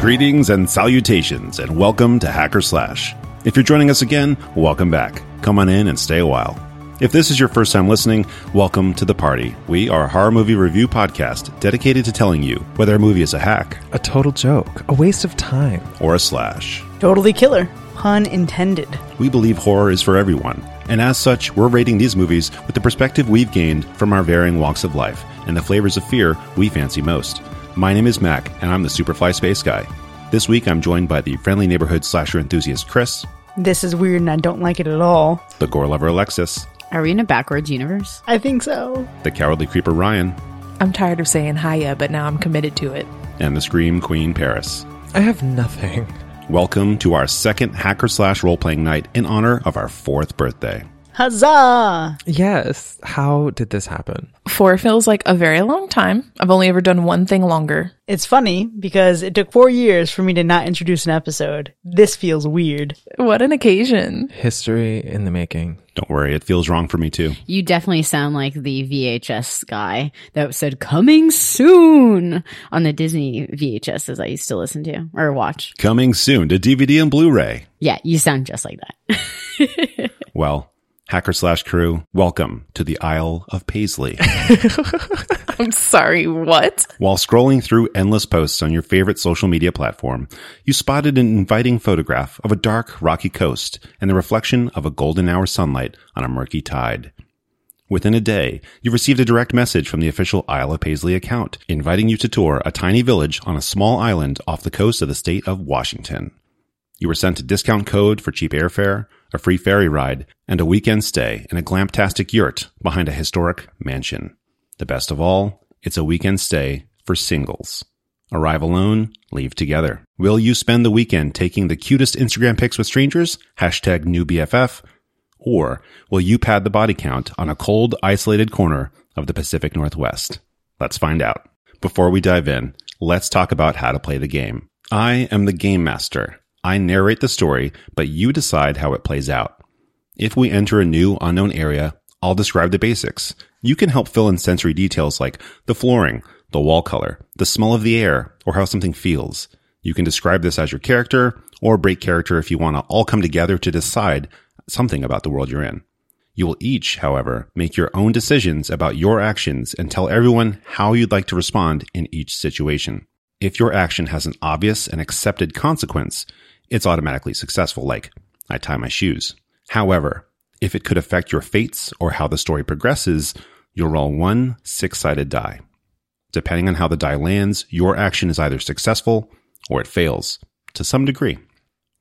Greetings and salutations, and welcome to Hacker Slash. If you're joining us again, welcome back. Come on in and stay a while. If this is your first time listening, welcome to the party. We are a horror movie review podcast dedicated to telling you whether a movie is a hack A total joke. A waste of time. or a slash. Totally killer. Pun intended. We believe horror is for everyone, and as such, we're rating these movies with the perspective we've gained from our varying walks of life and the flavors of fear we fancy most. My name is Mac, and I'm the Superfly Space Guy. This week, I'm joined by the friendly neighborhood slasher enthusiast Chris, This is weird and I don't like it at all. the gore lover Alexis, Are we in a backwards universe? I think so. the cowardly creeper Ryan, I'm tired of saying hiya, but now I'm committed to it. and the scream queen Paris. I have nothing. Welcome to our second hacker slash role playing night in honor of our fourth birthday. Huzzah! Yes. How did this happen? Four feels like a very long time. I've only ever done one thing longer. It's funny because it took four years for me to not introduce an episode. This feels weird. What an occasion. History in the making. Don't worry, it feels wrong for me too. You definitely sound like the VHS guy that said coming soon on the Disney VHSs I used to listen to or watch. Coming soon to DVD and Blu ray. Yeah, you sound just like that. Well, hacker slash crew, welcome to the Isle of Paisley. I'm sorry, what? While scrolling through endless posts on your favorite social media platform, you spotted an inviting photograph of a dark, rocky coast and the reflection of a golden hour sunlight on a murky tide. Within a day, you received a direct message from the official Isle of Paisley account, inviting you to tour a tiny village on a small island off the coast of the state of Washington. You were sent a discount code for cheap airfare, a free ferry ride, and a weekend stay in a glamtastic yurt behind a historic mansion. The best of all, it's a weekend stay for singles. Arrive alone, leave together. Will you spend the weekend taking the cutest Instagram pics with strangers? Hashtag new BFF. Or will you pad the body count on a cold, isolated corner of the Pacific Northwest? Let's find out. Before we dive in, let's talk about how to play the game. I am the game master. I narrate the story, but you decide how it plays out. If we enter a new unknown area, I'll describe the basics. You can help fill in sensory details like the flooring, the wall color, the smell of the air, or how something feels. You can describe this as your character or break character if you want to all come together to decide something about the world you're in. You will each, however, make your own decisions about your actions and tell everyone how you'd like to respond in each situation. If your action has an obvious and accepted consequence, it's automatically successful, like, I tie my shoes. However, if it could affect your fates or how the story progresses, you'll roll one six sided die. Depending on how the die lands, your action is either successful or it fails to some degree.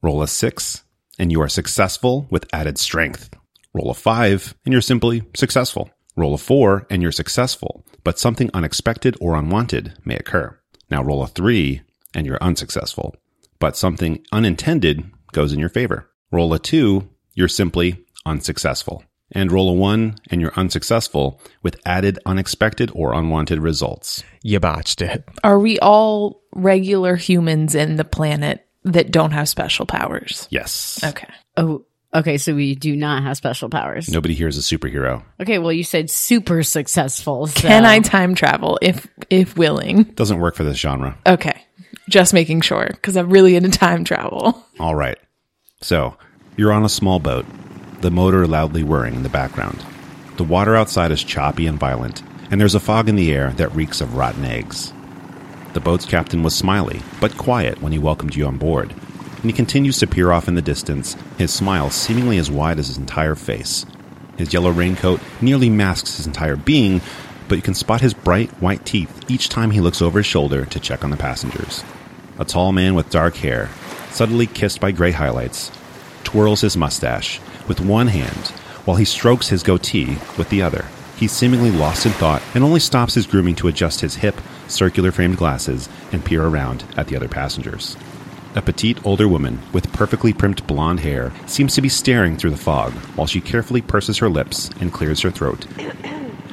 Roll a six, and you are successful with added strength. Roll a five, and you're simply successful. Roll a four, and you're successful, but something unexpected or unwanted may occur. Now roll a three, and you're unsuccessful, but something unintended goes in your favor. Roll a two, you're simply unsuccessful. And roll a one, and you're unsuccessful with added unexpected or unwanted results. You botched it. Are we all regular humans in the planet that don't have special powers? Yes. Okay. oh, okay. So we do not have special powers. Nobody here is a superhero. Okay. Well, you said super successful. So. Can I time travel if if willing? Doesn't work for this genre. Okay. Just making sure cuz I'm really into time travel. All right. So, you're on a small boat, the motor loudly whirring in the background. The water outside is choppy and violent, and there's a fog in the air that reeks of rotten eggs. The boat's captain was smiley, but quiet when he welcomed you on board, and he continues to peer off in the distance, his smile seemingly as wide as his entire face. His yellow raincoat nearly masks his entire being, but you can spot his bright white teeth each time he looks over his shoulder to check on the passengers. A tall man with dark hair, subtly kissed by gray highlights, twirls his mustache with one hand while he strokes his goatee with the other. He's seemingly lost in thought and only stops his grooming to adjust his hip, circular framed glasses and peer around at the other passengers. A petite older woman with perfectly primed blonde hair seems to be staring through the fog while she carefully purses her lips and clears her throat,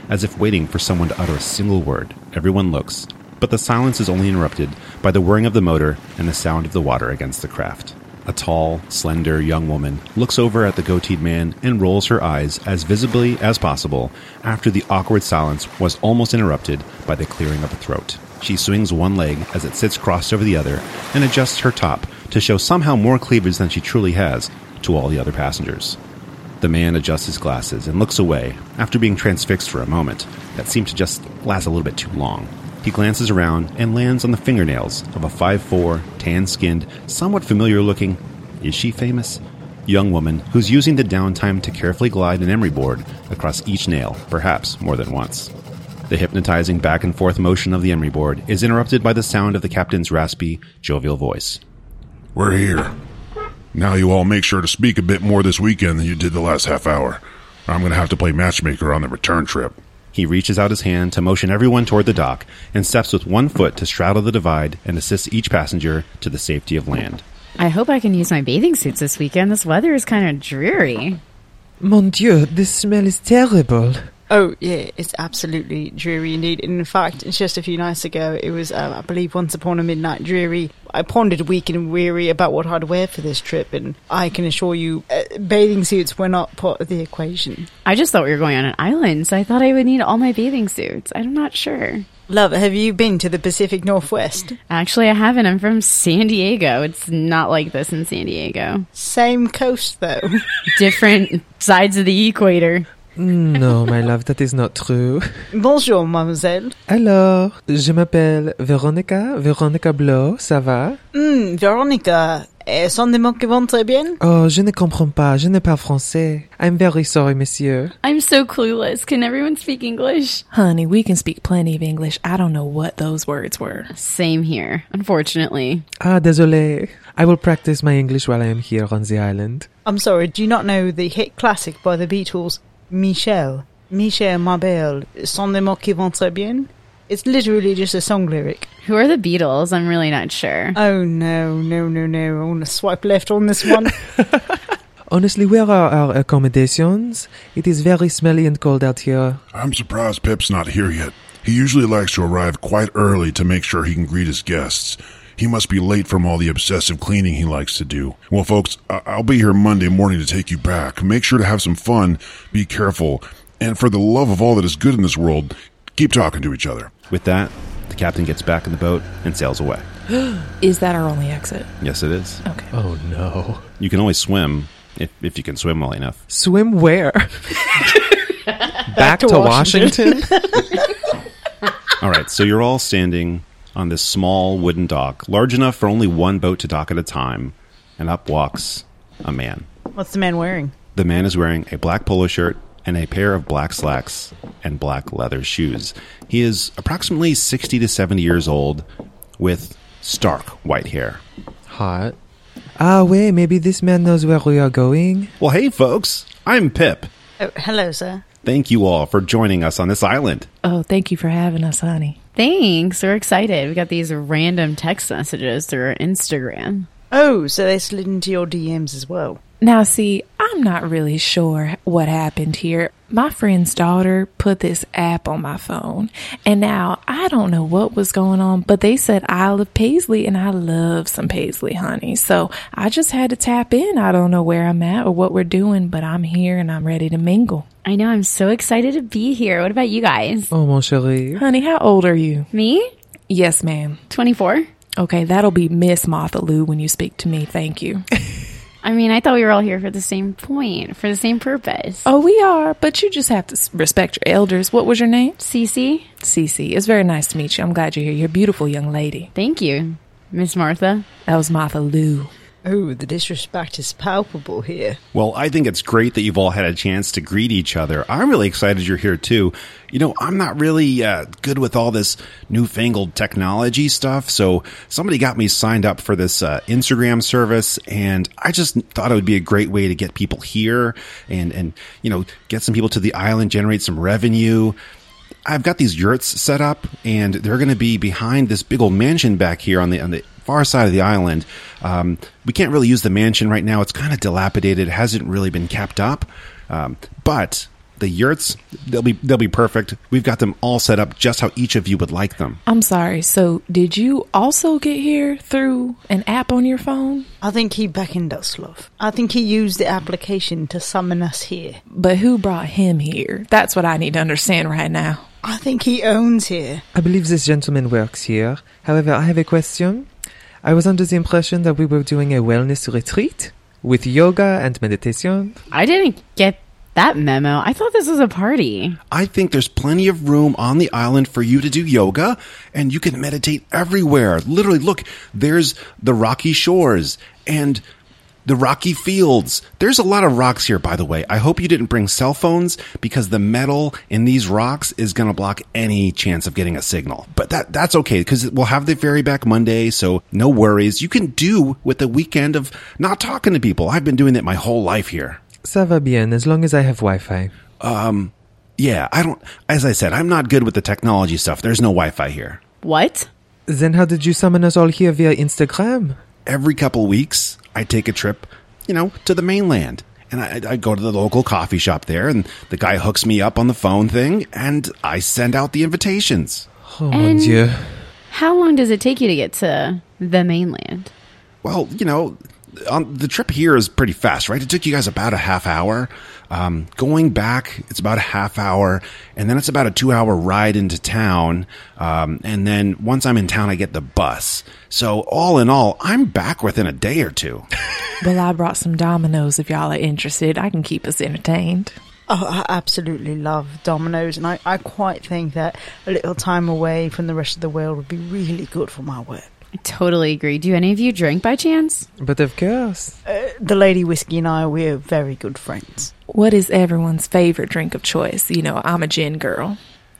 as if waiting for someone to utter a single word. Everyone looks, but the silence is only interrupted by the whirring of the motor and the sound of the water against the craft. A tall, slender young woman looks over at the goateed man and rolls her eyes as visibly as possible after the awkward silence was almost interrupted by the clearing of a throat. She swings one leg as it sits crossed over the other and adjusts her top to show somehow more cleavage than she truly has to all the other passengers. The man adjusts his glasses and looks away after being transfixed for a moment that seemed to just last a little bit too long. He glances around and lands on the fingernails of a 5'4, tan skinned, somewhat familiar looking, is she famous? Young woman who's using the downtime to carefully glide an emery board across each nail, perhaps more than once. The hypnotizing back and forth motion of the emery board is interrupted by the sound of the captain's raspy, jovial voice. We're here. Now you all make sure to speak a bit more this weekend than you did the last half hour. or I'm going to have to play matchmaker on the return trip. He reaches out his hand to motion everyone toward the dock and steps with one foot to straddle the divide and assist each passenger to the safety of land. I hope I can use my bathing suits this weekend. This weather is kind of dreary. Mon Dieu, this smell is terrible. Oh yeah, it's absolutely dreary indeed. And in fact, it's just a few nights ago, it was um, I believe once upon a midnight dreary. I pondered weak and weary about what I'd wear for this trip, and I can assure you, uh, bathing suits were not part of the equation. I just thought we were going on an island, so I thought I would need all my bathing suits. I'm not sure. Love, have you been to the Pacific Northwest? Actually, I haven't. I'm from San Diego. It's not like this in San Diego. Same coast though. Different sides of the equator. No, my love, that is not true. Bonjour, mademoiselle. Alors, je m'appelle Veronica, Veronica Blow, ça va? Hmm, Veronica, eh, son de mon que bon très bien? Oh, je ne comprends pas, je ne parle français. I'm very sorry, monsieur. I'm so clueless. Can everyone speak English? Honey, we can speak plenty of English. I don't know what those words were. Same here, unfortunately. Ah, désolé. I will practice my English while I am here on the island. I'm sorry, do you not know the hit classic by the Beatles, Michel? Michel, ma belle, son de mots qui vont très bien? It's literally just a song lyric. Who are the Beatles? I'm really not sure. Oh no, no, no, no, I want to swipe left on this one. Honestly, where are our accommodations? It is very smelly and cold out here. I'm surprised Pip's not here yet. He usually likes to arrive quite early to make sure he can greet his guests. He must be late from all the obsessive cleaning he likes to do. Well, folks, I- I'll be here Monday morning to take you back. Make sure to have some fun, be careful, and for the love of all that is good in this world, keep talking to each other. With that, the captain gets back in the boat and sails away. Is that our only exit? Yes, it is. Okay. Oh no. You can only swim if, if you can swim well enough. Swim where? Back, to to, Washington? All right, so you're all standing on this small wooden dock, large enough for only one boat to dock at a time, and up walks a man. What's the man wearing? The man is wearing a black polo shirt and a pair of black slacks and black leather shoes. He is approximately 60 to 70 years old with stark white hair. Hot. Ah, wait, maybe this man knows where we are going. Well, hey, folks, I'm Pip. Oh, hello, sir. Thank you all for joining us on this island. Oh, thank you for having us, honey. Thanks. We're excited. We got these random text messages through our Instagram. Oh, so they slid into your DMs as well. Now, see, I'm not really sure what happened here. My friend's daughter put this app on my phone, and now I don't know what was going on, but they said Isle of Paisley, and I love some Paisley, honey. So I just had to tap in. I don't know where I'm at or what we're doing, but I'm here and I'm ready to mingle. I know. I'm so excited to be here. What about you guys? Oh, mon chéri. Honey, how old are you? Me? Yes, ma'am. 24? Okay, that'll be Miss Martha Lou when you speak to me. Thank you. I mean, I thought we were all here for the same point, for the same purpose. oh, we are, but you just have to s- respect your elders. What was your name? Cece, Cece. It's very nice to meet you. I'm glad you're here. You're a beautiful young lady. thank you. Miss Martha. That was Martha Lou. Oh, the disrespect is palpable here. Well, I think it's great that you've all had a chance to greet each other. I'm really excited you're here too. You know, I'm not really uh, good with all this newfangled technology stuff, so somebody got me signed up for this uh, Instagram service, and I just thought it would be a great way to get people here and and you know get some people to the island, generate some revenue. I've got these yurts set up, and they're going to be behind this big old mansion back here on the on the far side of the island. Um, we can't really use the mansion right now; it's kind of dilapidated. It hasn't really been kept up, um, but the yurts they'll be they'll be perfect. We've got them all set up just how each of you would like them. I'm sorry. So, did you also get here through an app on your phone? I think he beckoned us, love. I think he used the application to summon us here. But who brought him here? That's what I need to understand right now. I think he owns here. I believe this gentleman works here. However, I have a question. I was under the impression that we were doing a wellness retreat with yoga and meditation. I didn't get that memo. I thought this was a party. I think there's plenty of room on the island for you to do yoga and you can meditate everywhere. Literally, look, there's the rocky shores and the rocky fields. There's a lot of rocks here, by the way. I hope you didn't bring cell phones because the metal in these rocks is going to block any chance of getting a signal. But that, that's okay because we'll have the ferry back Monday. So no worries. You can do with the weekend of not talking to people. I've been doing that my whole life here. Ça va bien, as long as I have Wi Fi. Yeah, I don't. As I said, I'm not good with the technology stuff. There's no Wi-Fi here. What? Then how did you summon us all here via Instagram? Every couple weeks, I take a trip, you know, to the mainland, and I, I go to the local coffee shop there, and the guy hooks me up on the phone thing, and I send out the invitations. Oh mon And- dieu. How long does it take you to get to the mainland? Well, you know, um, the trip here is pretty fast, right? It took you guys about a half hour. Um, going back, it's about a half hour, and then it's about a two-hour ride into town. Um, and then once I'm in town, I get the bus. So all in all, I'm back within a day or two. Well, I brought some dominoes if y'all are interested. I can keep us entertained. Oh, I absolutely love dominoes, and I, I quite think that a little time away from the rest of the world would be really good for my work. I totally agree. Do any of you drink by chance? But of course. Uh, the Lady Whiskey and I, we're very good friends. What is everyone's favorite drink of choice? You know, I'm a gin girl.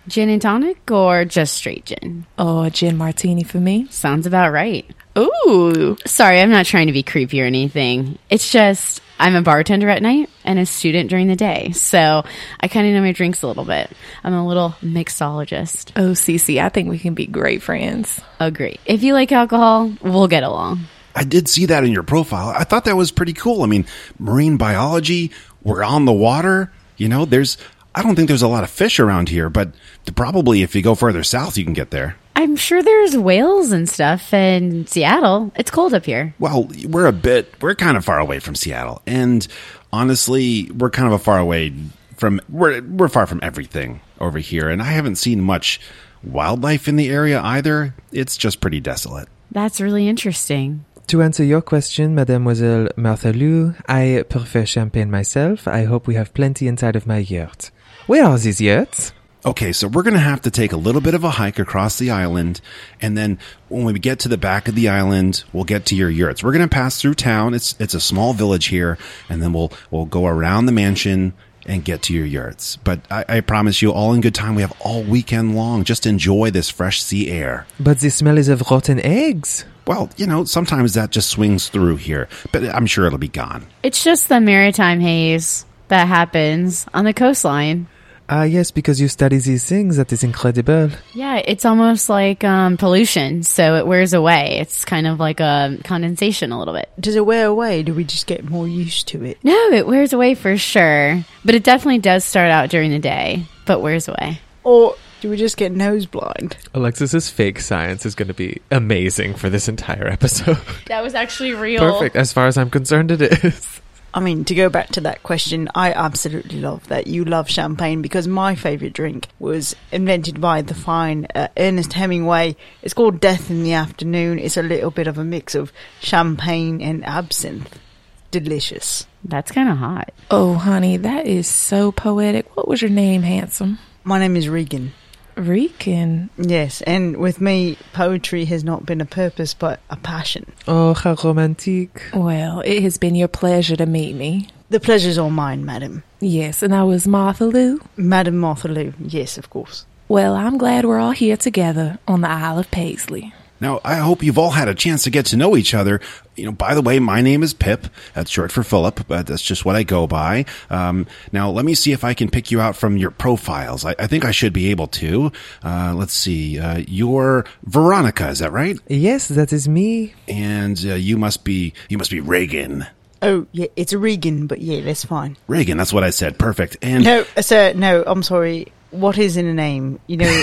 Gin and tonic or just straight gin? Oh, a gin martini for me. Sounds about right. Ooh. Sorry, I'm not trying to be creepy or anything. It's just I'm a bartender at night and a student during the day. So I kind of know my drinks a little bit. I'm a little mixologist. Oh, Cece, I think we can be great friends. Agree. If you like alcohol, we'll get along. I did see that in your profile. I thought that was pretty cool. I mean, marine biology, we're on the water. You know, there's, I don't think there's a lot of fish around here, but probably if you go further south, you can get there. I'm sure there's whales and stuff in Seattle. It's cold up here. Well, we're a bit, we're kind of far away from Seattle. And honestly, we're kind of a far away from, we're, we're far from everything over here. And I haven't seen much wildlife in the area either. It's just pretty desolate. That's really interesting. To answer your question, Mademoiselle Martha Lou, I prefer champagne myself. I hope we have plenty inside of my yurt. Where are these yurts? Okay, so we're going to have to take a little bit of a hike across the island. And then when we get to the back of the island, we'll get to your yurts. We're going to pass through town. It's, it's a small village here. And then we'll, we'll go around the mansion and get to your yurts. But I, I promise you, all in good time. We have all weekend long. Just enjoy this fresh sea air. But the smell is of rotten eggs. Well, you know, sometimes that just swings through here, but I'm sure it'll be gone. It's just the maritime haze that happens on the coastline. Ah, yes, because you study these things, that is incredible. Yeah, it's almost like um, pollution, so it wears away. It's kind of like a condensation a little bit. Does it wear away? Do we just get more used to it? No, it wears away for sure, but it definitely does start out during the day, but wears away. Or do we just get nose blind? Alexis's fake science is going to be amazing for this entire episode. That was actually real. Perfect. As far as I'm concerned, it is. I mean, to go back to that question, I absolutely love that you love champagne because my favourite drink was invented by the fine uh, Ernest Hemingway. It's called Death in the Afternoon. It's a little bit of a mix of champagne and absinthe. Delicious. That's kind of hot. Oh, honey, that is so poetic. What was your name, handsome? My name is Regan. Regan. Yes, and with me, poetry has not been a purpose but a passion. Oh, how romantic. Well, it has been your pleasure to meet me. The pleasure's all mine, madam. Yes, and I was Martha Lou. Madam Martha Lou, yes, of course. Well, I'm glad we're all here together on the Isle of Paisley. Now, I hope you've all had a chance to get to know each other. You know, by the way, my name is Pip. That's short for Philip, but that's just what I go by. Um, now, let me see if I can pick you out from your profiles. I, I think I should be able to. Uh, let's see. Uh, you're Veronica, is that right? Yes, that is me. And uh, you must be you must be Reagan. Oh, yeah, it's Regan, but yeah, that's fine. Reagan, that's what I said. Perfect. And No, sir, no, I'm sorry. What is in a name? You know,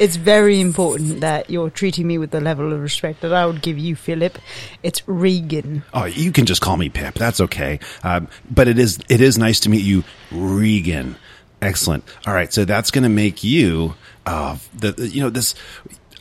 it's very important that you're treating me with the level of respect that I would give you, Philip. It's Regan. oh, you can just call me Pip. That's okay. Um, but it is it is nice to meet you, Regan. Excellent. All right, so that's going to make you, uh, the, the- you know, this.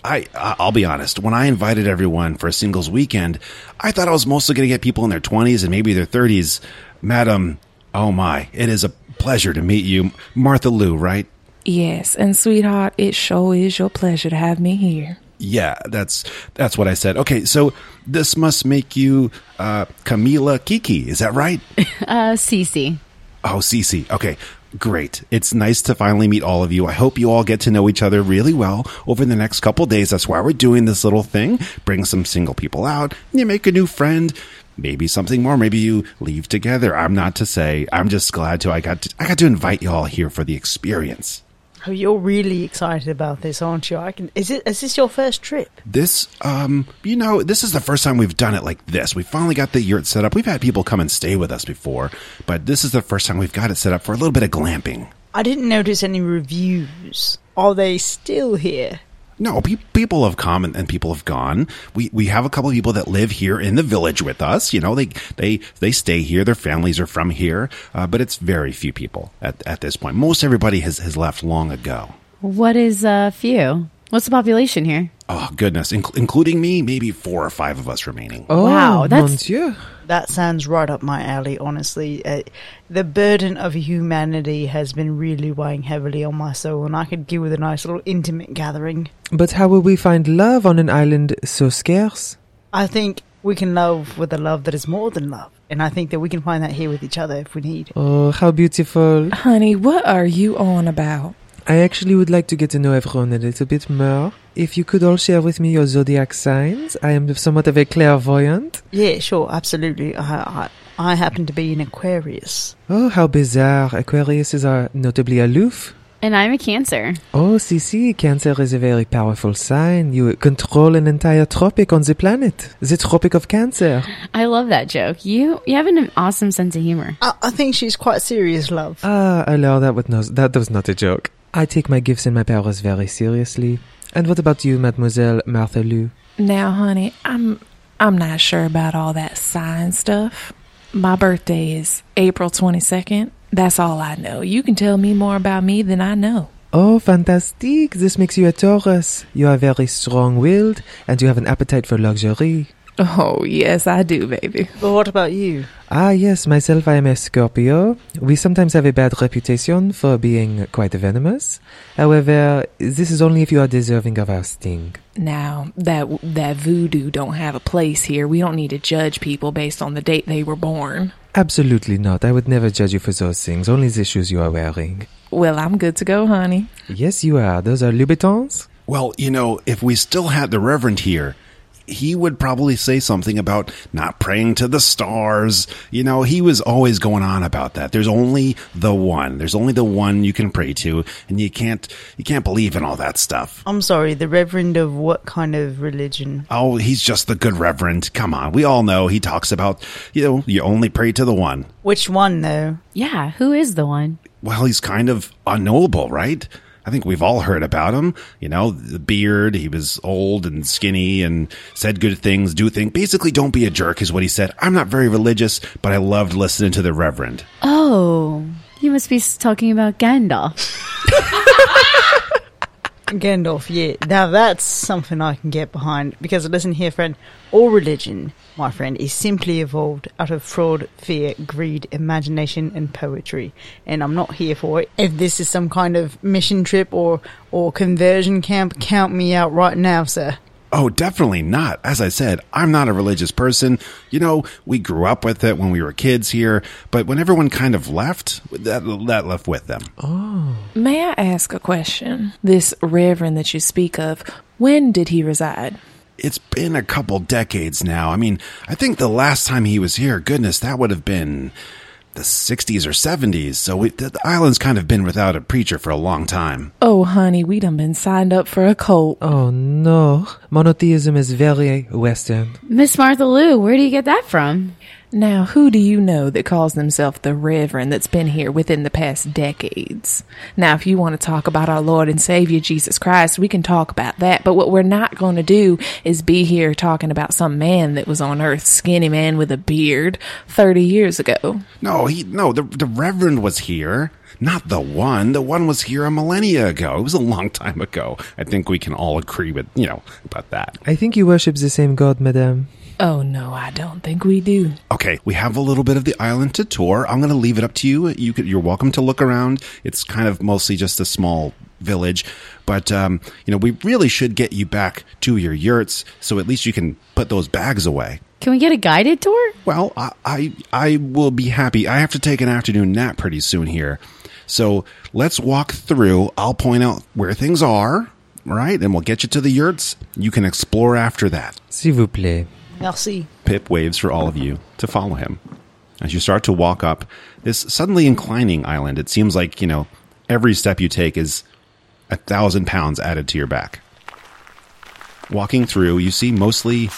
I I- I'll be honest. When I invited everyone for a singles weekend, I thought I was mostly going to get people in their twenties and maybe their thirties. Madam, oh my, it is a pleasure to meet you, Martha Lou. Right? Yes, and sweetheart, it sure is your pleasure to have me here. Yeah, that's that's what I said. Okay, so this must make you uh, Camila Kiki. Is that right? Uh, Cece. Oh, Cece. Okay. Great. It's nice to finally meet all of you. I hope you all get to know each other really well over the next couple days. That's why we're doing this little thing. Bring some single people out. You make a new friend. Maybe something more. Maybe you leave together. I'm not to say. I'm just glad to I got to, I got to invite you all here for the experience. Oh, you're really excited about this, aren't you? I can. Is it? Is this your first trip? This um you know, this is the first time we've done it like this. We finally got the yurt set up. We've had people come and stay with us before, but this is the first time we've got it set up for a little bit of glamping. I didn't notice any reviews. Are they still here? No, pe- people have come and, and people have gone. We we have a couple of people that live here in the village with us. You know, they they they stay here. Their families are from here, uh, but it's very few people at at this point. Most everybody has has left long ago. What is uh, few? What's the population here? Oh goodness, Inc- including me, maybe four or five of us remaining. Oh, Wow, that's- mon Dieu. That sounds right up my alley, honestly. Uh, the burden of humanity has been really weighing heavily on my soul, and I could do with a nice little intimate gathering. But how will we find love on an island so scarce? I think we can love with a love that is more than love, and I think that we can find that here with each other if we need. Oh, how beautiful. Honey, what are you on about? I actually would like to get to know everyone a little bit more. If you could all share with me your zodiac signs, I am somewhat of a clairvoyant. Yeah, sure, absolutely. I, I, I happen to be an Aquarius. Oh, how bizarre. Aquariuses are notably aloof. And I'm a Cancer. Oh, Sisi, Cancer is a very powerful sign. You control an entire tropic on the planet. The Tropic of Cancer. I love that joke. You you have an awesome sense of humor. I, I think she's quite serious, love. Ah, allow that with no, that was not a joke. I take my gifts and my powers very seriously. And what about you, Mademoiselle Martha Lou? Now, honey, I'm I'm not sure about all that sign stuff. My birthday is April 22nd. That's all I know. You can tell me more about me than I know. Oh, fantastique! This makes you a Taurus. You are very strong-willed, and you have an appetite for luxury. Oh, yes, I do, baby. But what about you? Ah, yes, myself, I am a Scorpio. We sometimes have a bad reputation for being quite venomous. However, this is only if you are deserving of our sting. Now, that that voodoo don't have a place here. We don't need to judge people based on the date they were born. Absolutely not. I would never judge you for those things, only the shoes you are wearing. Well, I'm good to go, honey. Yes, you are. Those are Louboutins? Well, you know, if we still had the Reverend here, he would probably say something about not praying to the stars. You know, he was always going on about that. There's only the one. There's only the one you can pray to, and you can't you can't believe in all that stuff. I'm sorry, the Reverend of what kind of religion? Oh, he's just the good Reverend. Come on, we all know he talks about you know you only pray to the one. Which one, though? Yeah, who is the one? well, he's kind of unknowable, right? I think we've all heard about him. You know, the beard, he was old and skinny and said good things, do things. Basically, don't be a jerk is what he said. I'm not very religious, but I loved listening to the Reverend. Oh, you must be s- talking about Gandalf. Gandalf, yeah. Now that's something I can get behind because listen here, friend. All religion, my friend, is simply evolved out of fraud, fear, greed, imagination, and poetry. And I'm not here for it. If this is some kind of mission trip or or conversion camp, count me out right now, sir. Oh, definitely not. As I said, I'm not a religious person. You know, we grew up with it when we were kids here, but when everyone kind of left, that, that left with them. May I ask a question? This reverend that you speak of, when did he reside? It's been a couple decades now. I mean, I think the last time he was here, goodness, that would have been the 60s or 70s. So it, the island's kind of been without a preacher for a long time. Oh, honey, we done been signed up for a cult. Oh no. Monotheism is very Western. Miss Martha Lou, where do you get that from? Now, who do you know that calls themselves the reverend that's been here within the past decades? Now, if you want to talk about our Lord and Savior Jesus Christ, we can talk about that. But what we're not going to do is be here talking about some man that was on earth, skinny man with a beard, 30 years ago. No, he no, the the reverend was here. Not the one. The one was here a millennia ago. It was a long time ago. I think we can all agree with, you know, about that. I think you worship the same god, madame. Oh no, I don't think we do. Okay, we have a little bit of the island to tour. I'm going to leave it up to you. You could, you're welcome to look around. It's kind of mostly just a small village, but um, you know we really should get you back to your yurts, so at least you can put those bags away. Can we get a guided tour? Well, I I, I will be happy. I have to take an afternoon nap pretty soon here, so let's walk through. I'll point out where things are, right, and we'll get you to the yurts. You can explore after that. S'il vous plaît. Merci. Pip waves for all of you to follow him. As you start to walk up this suddenly inclining island, it seems like, you know, every step you take is a thousand pounds added to your back. Walking through, you see mostly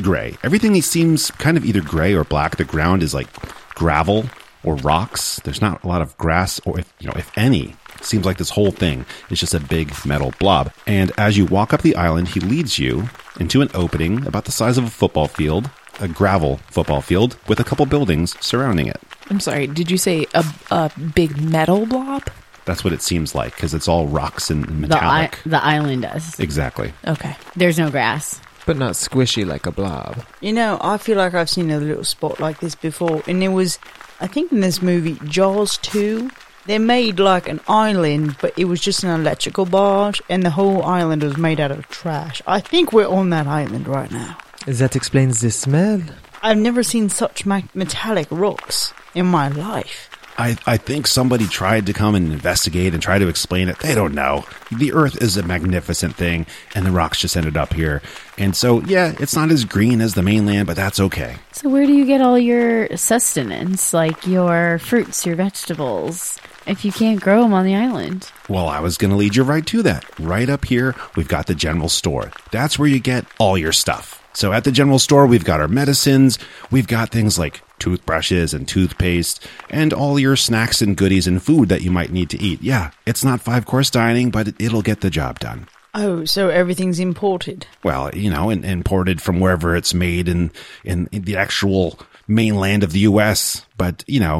gray. Everything seems kind of either gray or black. The ground is like gravel or rocks. There's not a lot of grass, or if, you know, if any. Seems like this whole thing is just a big metal blob. And as you walk up the island, he leads you into an opening about the size of a football field, a gravel football field with a couple buildings surrounding it. I'm sorry. Did you say a, a big metal blob? That's what it seems like because it's all rocks and The, I- metallic. the island does. exactly. Okay. There's no grass. But not squishy like a blob. You know, I feel like I've seen a little spot like this before, and it was, I think, in this movie Jaws Two. They made like an island, but it was just an electrical barge, and the whole island was made out of trash. I think we're on that island right now. That explains the smell. I've never seen such ma- metallic rocks in my life. I, I think somebody tried to come and investigate and try to explain it. They don't know. The Earth is a magnificent thing, and the rocks just ended up here. And so, yeah, it's not as green as the mainland, but that's okay. So where do you get all your sustenance, like your fruits, your vegetables, if you can't grow them on the island? Well, I was going to lead you right to that. Right up here, we've got the general store. That's where you get all your stuff. So at the general store, we've got our medicines, we've got things like toothbrushes and toothpaste, and all your snacks and goodies and food that you might need to eat. Yeah, it's not five course dining, but it- it'll get the job done. Oh, so everything's imported. well, you know, and imported from wherever it's made in, in in the actual mainland of the U.S. But you know,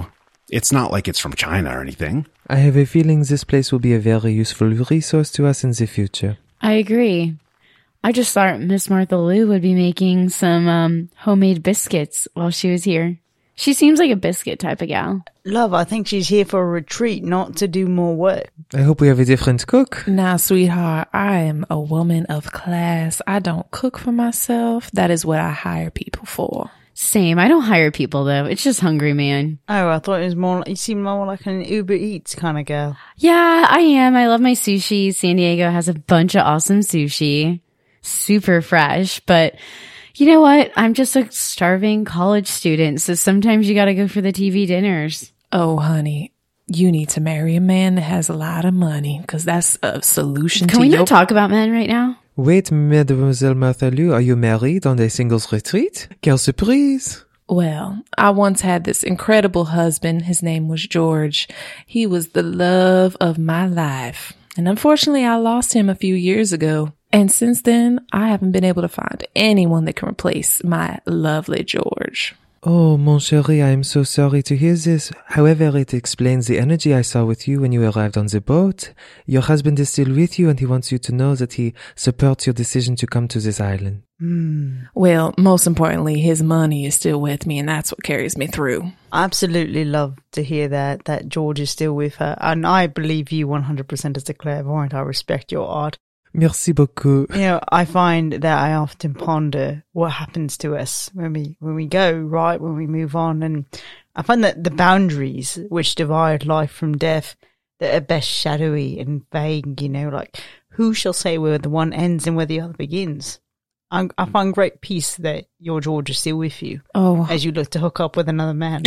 it's not like it's from China or anything. I have a feeling this place will be a very useful resource to us in the future. I agree. I just thought Miss Martha Lou would be making some um, homemade biscuits while she was here. She seems like a biscuit type of gal. Love, I think she's here for a retreat, not to do more work. I hope we have a different cook. Now, sweetheart, I am a woman of class. I don't cook for myself. That is what I hire people for. Same. I don't hire people though. It's just hungry man. Oh, I thought it was more. You seem more like an Uber Eats kind of girl. Yeah, I am. I love my sushi. San Diego has a bunch of awesome sushi. Super fresh, but you know what? I'm just a starving college student, so sometimes you got to go for the TV dinners. Oh, honey, you need to marry a man that has a lot of money because that's a solution Can to we your not talk about men right now? Wait, Mademoiselle Martha Lou, are you married on a singles retreat? Quelle surprise! Well, I once had this incredible husband. His name was George. He was the love of my life. And unfortunately, I lost him a few years ago. And since then, I haven't been able to find anyone that can replace my lovely George. Oh, mon chéri, I am so sorry to hear this. However, it explains the energy I saw with you when you arrived on the boat. Your husband is still with you and he wants you to know that he supports your decision to come to this island. Well, most importantly, his money is still with me, and that's what carries me through. Absolutely love to hear that that George is still with her, and I believe you 100% as a clairvoyant. I respect your art. Merci beaucoup. You know, I find that I often ponder what happens to us when we when we go right when we move on, and I find that the boundaries which divide life from death that are best shadowy and vague. You know, like who shall say where the one ends and where the other begins. I, I find great peace that your George is still with you Oh, as you look to hook up with another man.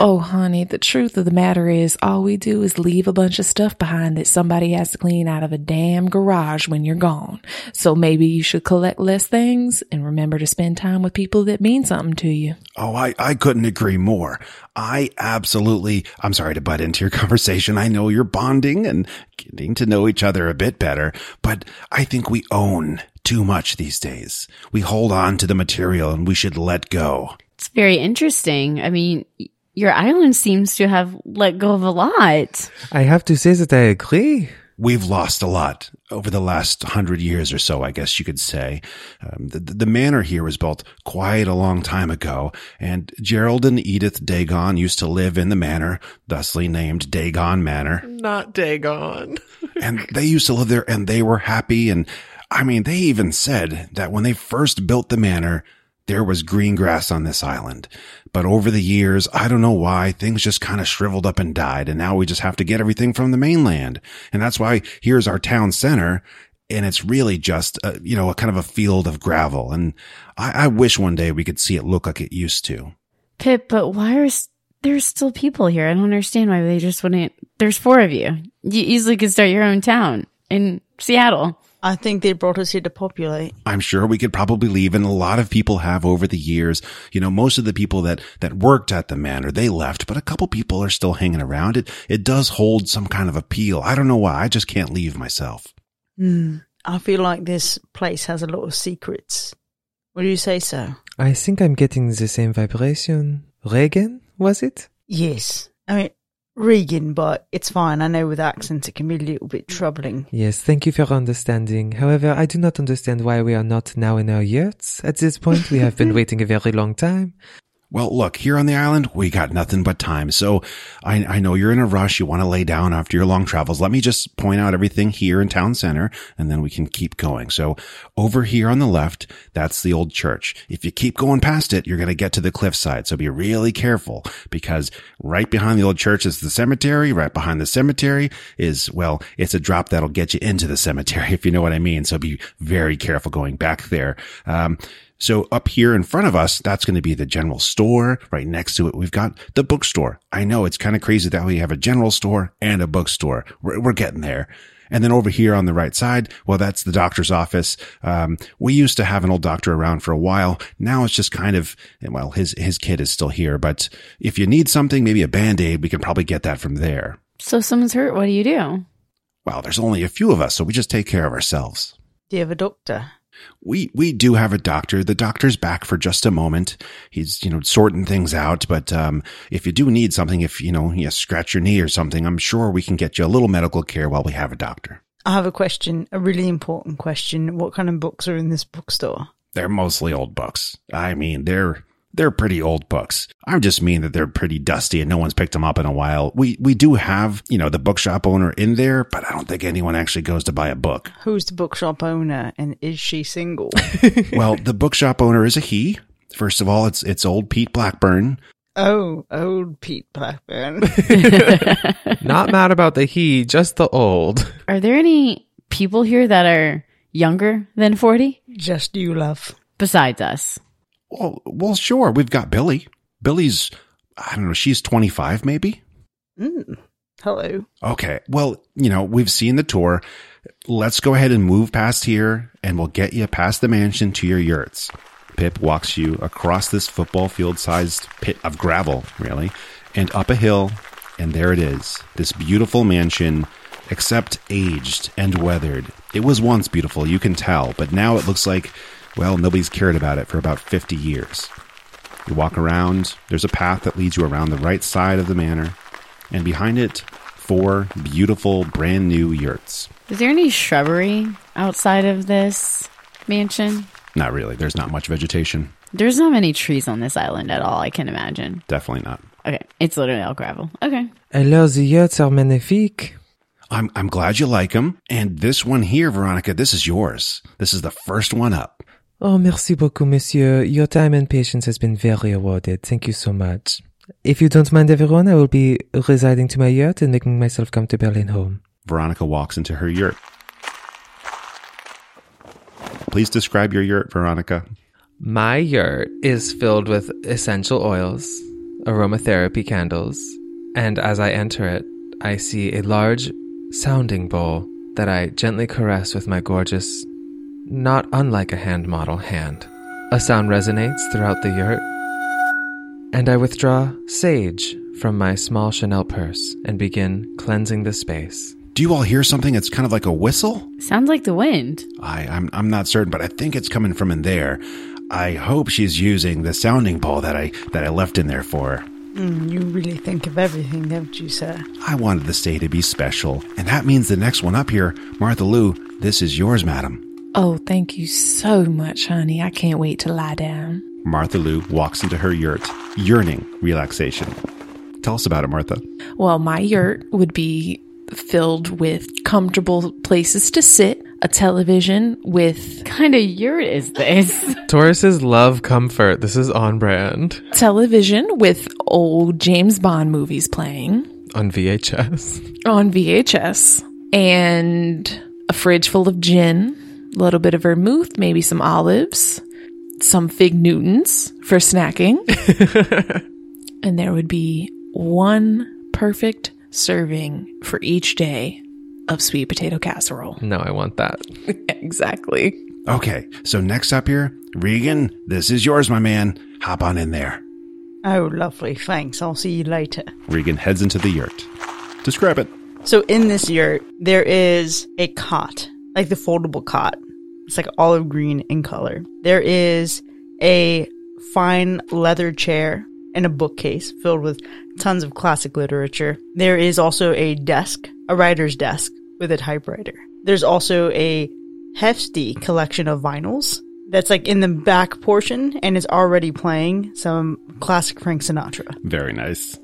oh, honey, the truth of the matter is all we do is leave a bunch of stuff behind that somebody has to clean out of a damn garage when you're gone. So maybe you should collect less things and remember to spend time with people that mean something to you. Oh, I, I couldn't agree more. I absolutely, I'm sorry to butt into your conversation. I know you're bonding and getting to know each other a bit better, but I think we own too much these days. We hold on to the material and we should let go. It's very interesting. I mean, y- your island seems to have let go of a lot. I have to say that I agree. We've lost a lot over the last hundred years or so, I guess you could say. Um, the, the manor here was built quite a long time ago, and Gerald and Edith Dagon used to live in the manor, thusly named Dagon Manor. Not Dagon. and they used to live there and they were happy. And I mean, they even said that when they first built the manor, there was green grass on this island. But over the years, I don't know why things just kind of shriveled up and died. And now we just have to get everything from the mainland. And that's why here's our town center. And it's really just, a, you know, a kind of a field of gravel. And I, I wish one day we could see it look like it used to. Pip, but why are s- there's still people here? I don't understand why they just wouldn't. There's four of you. You easily could start your own town in Seattle. I think they brought us here to populate. I'm sure we could probably leave. And a lot of people have over the years, you know, most of the people that, that worked at the manor, they left, but a couple people are still hanging around. It, it does hold some kind of appeal. I don't know why. I just can't leave myself. I feel like this place has a lot of secrets. Would you say so? I think I'm getting the same vibration. Reagan, was it? Yes. I mean, Regan, but it's fine. I know with accents it can be a little bit troubling. Yes, thank you for understanding. However, I do not understand why we are not now in our yurts. At this point, we have been waiting a very long time. Well, look, here on the island, we got nothing but time. So I, I know you're in a rush. You want to lay down after your long travels. Let me just point out everything here in town center and then we can keep going. So over here on the left, that's the old church. If you keep going past it, you're going to get to the cliffside. So be really careful because right behind the old church is the cemetery. Right behind the cemetery is, well, it's a drop that'll get you into the cemetery, if you know what I mean. So be very careful going back there. Um, so up here in front of us, that's going to be the general store. Right next to it, we've got the bookstore. I know it's kind of crazy that we have a general store and a bookstore. We're, we're getting there. And then over here on the right side, well, that's the doctor's office. Um, we used to have an old doctor around for a while. Now it's just kind of, well, his, his kid is still here, but if you need something, maybe a band-aid, we can probably get that from there. So if someone's hurt, what do you do? Well, there's only a few of us, so we just take care of ourselves. Do you have a doctor? We we do have a doctor. The doctor's back for just a moment. He's you know sorting things out. But um, if you do need something, if you know you scratch your knee or something, I'm sure we can get you a little medical care while we have a doctor. I have a question, a really important question. What kind of books are in this bookstore? They're mostly old books. I mean, they're they're pretty old books. I just mean that they're pretty dusty and no one's picked them up in a while. We we do have you know the bookshop owner in there, but I don't think anyone actually goes to buy a book. Who's the bookshop owner and is she single? well, the bookshop owner is a he. First of all, it's it's old Pete Blackburn. oh, old Pete Blackburn. Not mad about the he, just the old. Are there any people here that are younger than 40 Just you, love. besides us? Well, well, sure. We've got Billy. Billy's, I don't know, she's 25 maybe. Hmm. Hello. Okay. Well, you know, we've seen the tour. Let's go ahead and move past here and we'll get you past the mansion to your yurts. Pip walks you across this football field sized pit of gravel, really, and up a hill. And there it is, this beautiful mansion, except aged and weathered. It was once beautiful, you can tell, but now it looks like, well, nobody's cared about it for about 50 years. You walk around. There's a path that leads you around the right side of the manor, and behind it, four beautiful, brand new yurts. Is there any shrubbery outside of this mansion? Not really. There's not much vegetation. There's not many trees on this island at all, I can imagine. Definitely not. Okay, it's literally all gravel. Okay. Alors, the yurts are magnifique. I'm I'm glad you like them. And this one here, Veronica, this is yours. This is the first one up. Oh, merci beaucoup, monsieur. Your time and patience has been very rewarded. Thank you so much. If you don't mind, everyone, I will be residing to my yurt and making myself come to Berlin home. Veronica walks into her yurt. Please describe your yurt, Veronica. My yurt is filled with essential oils, aromatherapy candles, and as I enter it, I see a large sounding bowl that I gently caress with my gorgeous, not unlike a hand model hand. A sound resonates throughout the yurt, and I withdraw sage from my small Chanel purse and begin cleansing the space. Do you all hear something? It's kind of like a whistle. Sounds like the wind. I, I'm, I'm not certain, but I think it's coming from in there. I hope she's using the sounding bowl that I that I left in there for her. Mm, you really think of everything, don't you, sir? I wanted this day to be special, and that means the next one up here, Martha Lou, this is yours, madam. Oh, thank you so much, honey. I can't wait to lie down. Martha Lou walks into her yurt, yearning relaxation. Tell us about it, Martha. Well, my yurt would be filled with comfortable places to sit, a television with kind of yurt is this? Tauruses love comfort. This is on brand. television with old James Bond movies playing On VHS. on VHS and a fridge full of gin, a little bit of vermouth, maybe some olives, some fig newtons for snacking. and there would be one perfect serving for each day of sweet potato casserole. No, I want that. Exactly. Okay, so next up here, Regan, this is yours, my man. Hop on in there. Oh, lovely. Thanks. I'll see you later. Regan heads into the yurt. Describe it. So in this yurt, there is a cot, like the foldable cot. It's like olive green in color. There is a fine leather chair and a bookcase filled with tons of classic literature. There is also a desk, a writer's desk with a typewriter. There's also a hefty collection of vinyls that's like in the back portion and is already playing some classic Frank Sinatra. Very nice.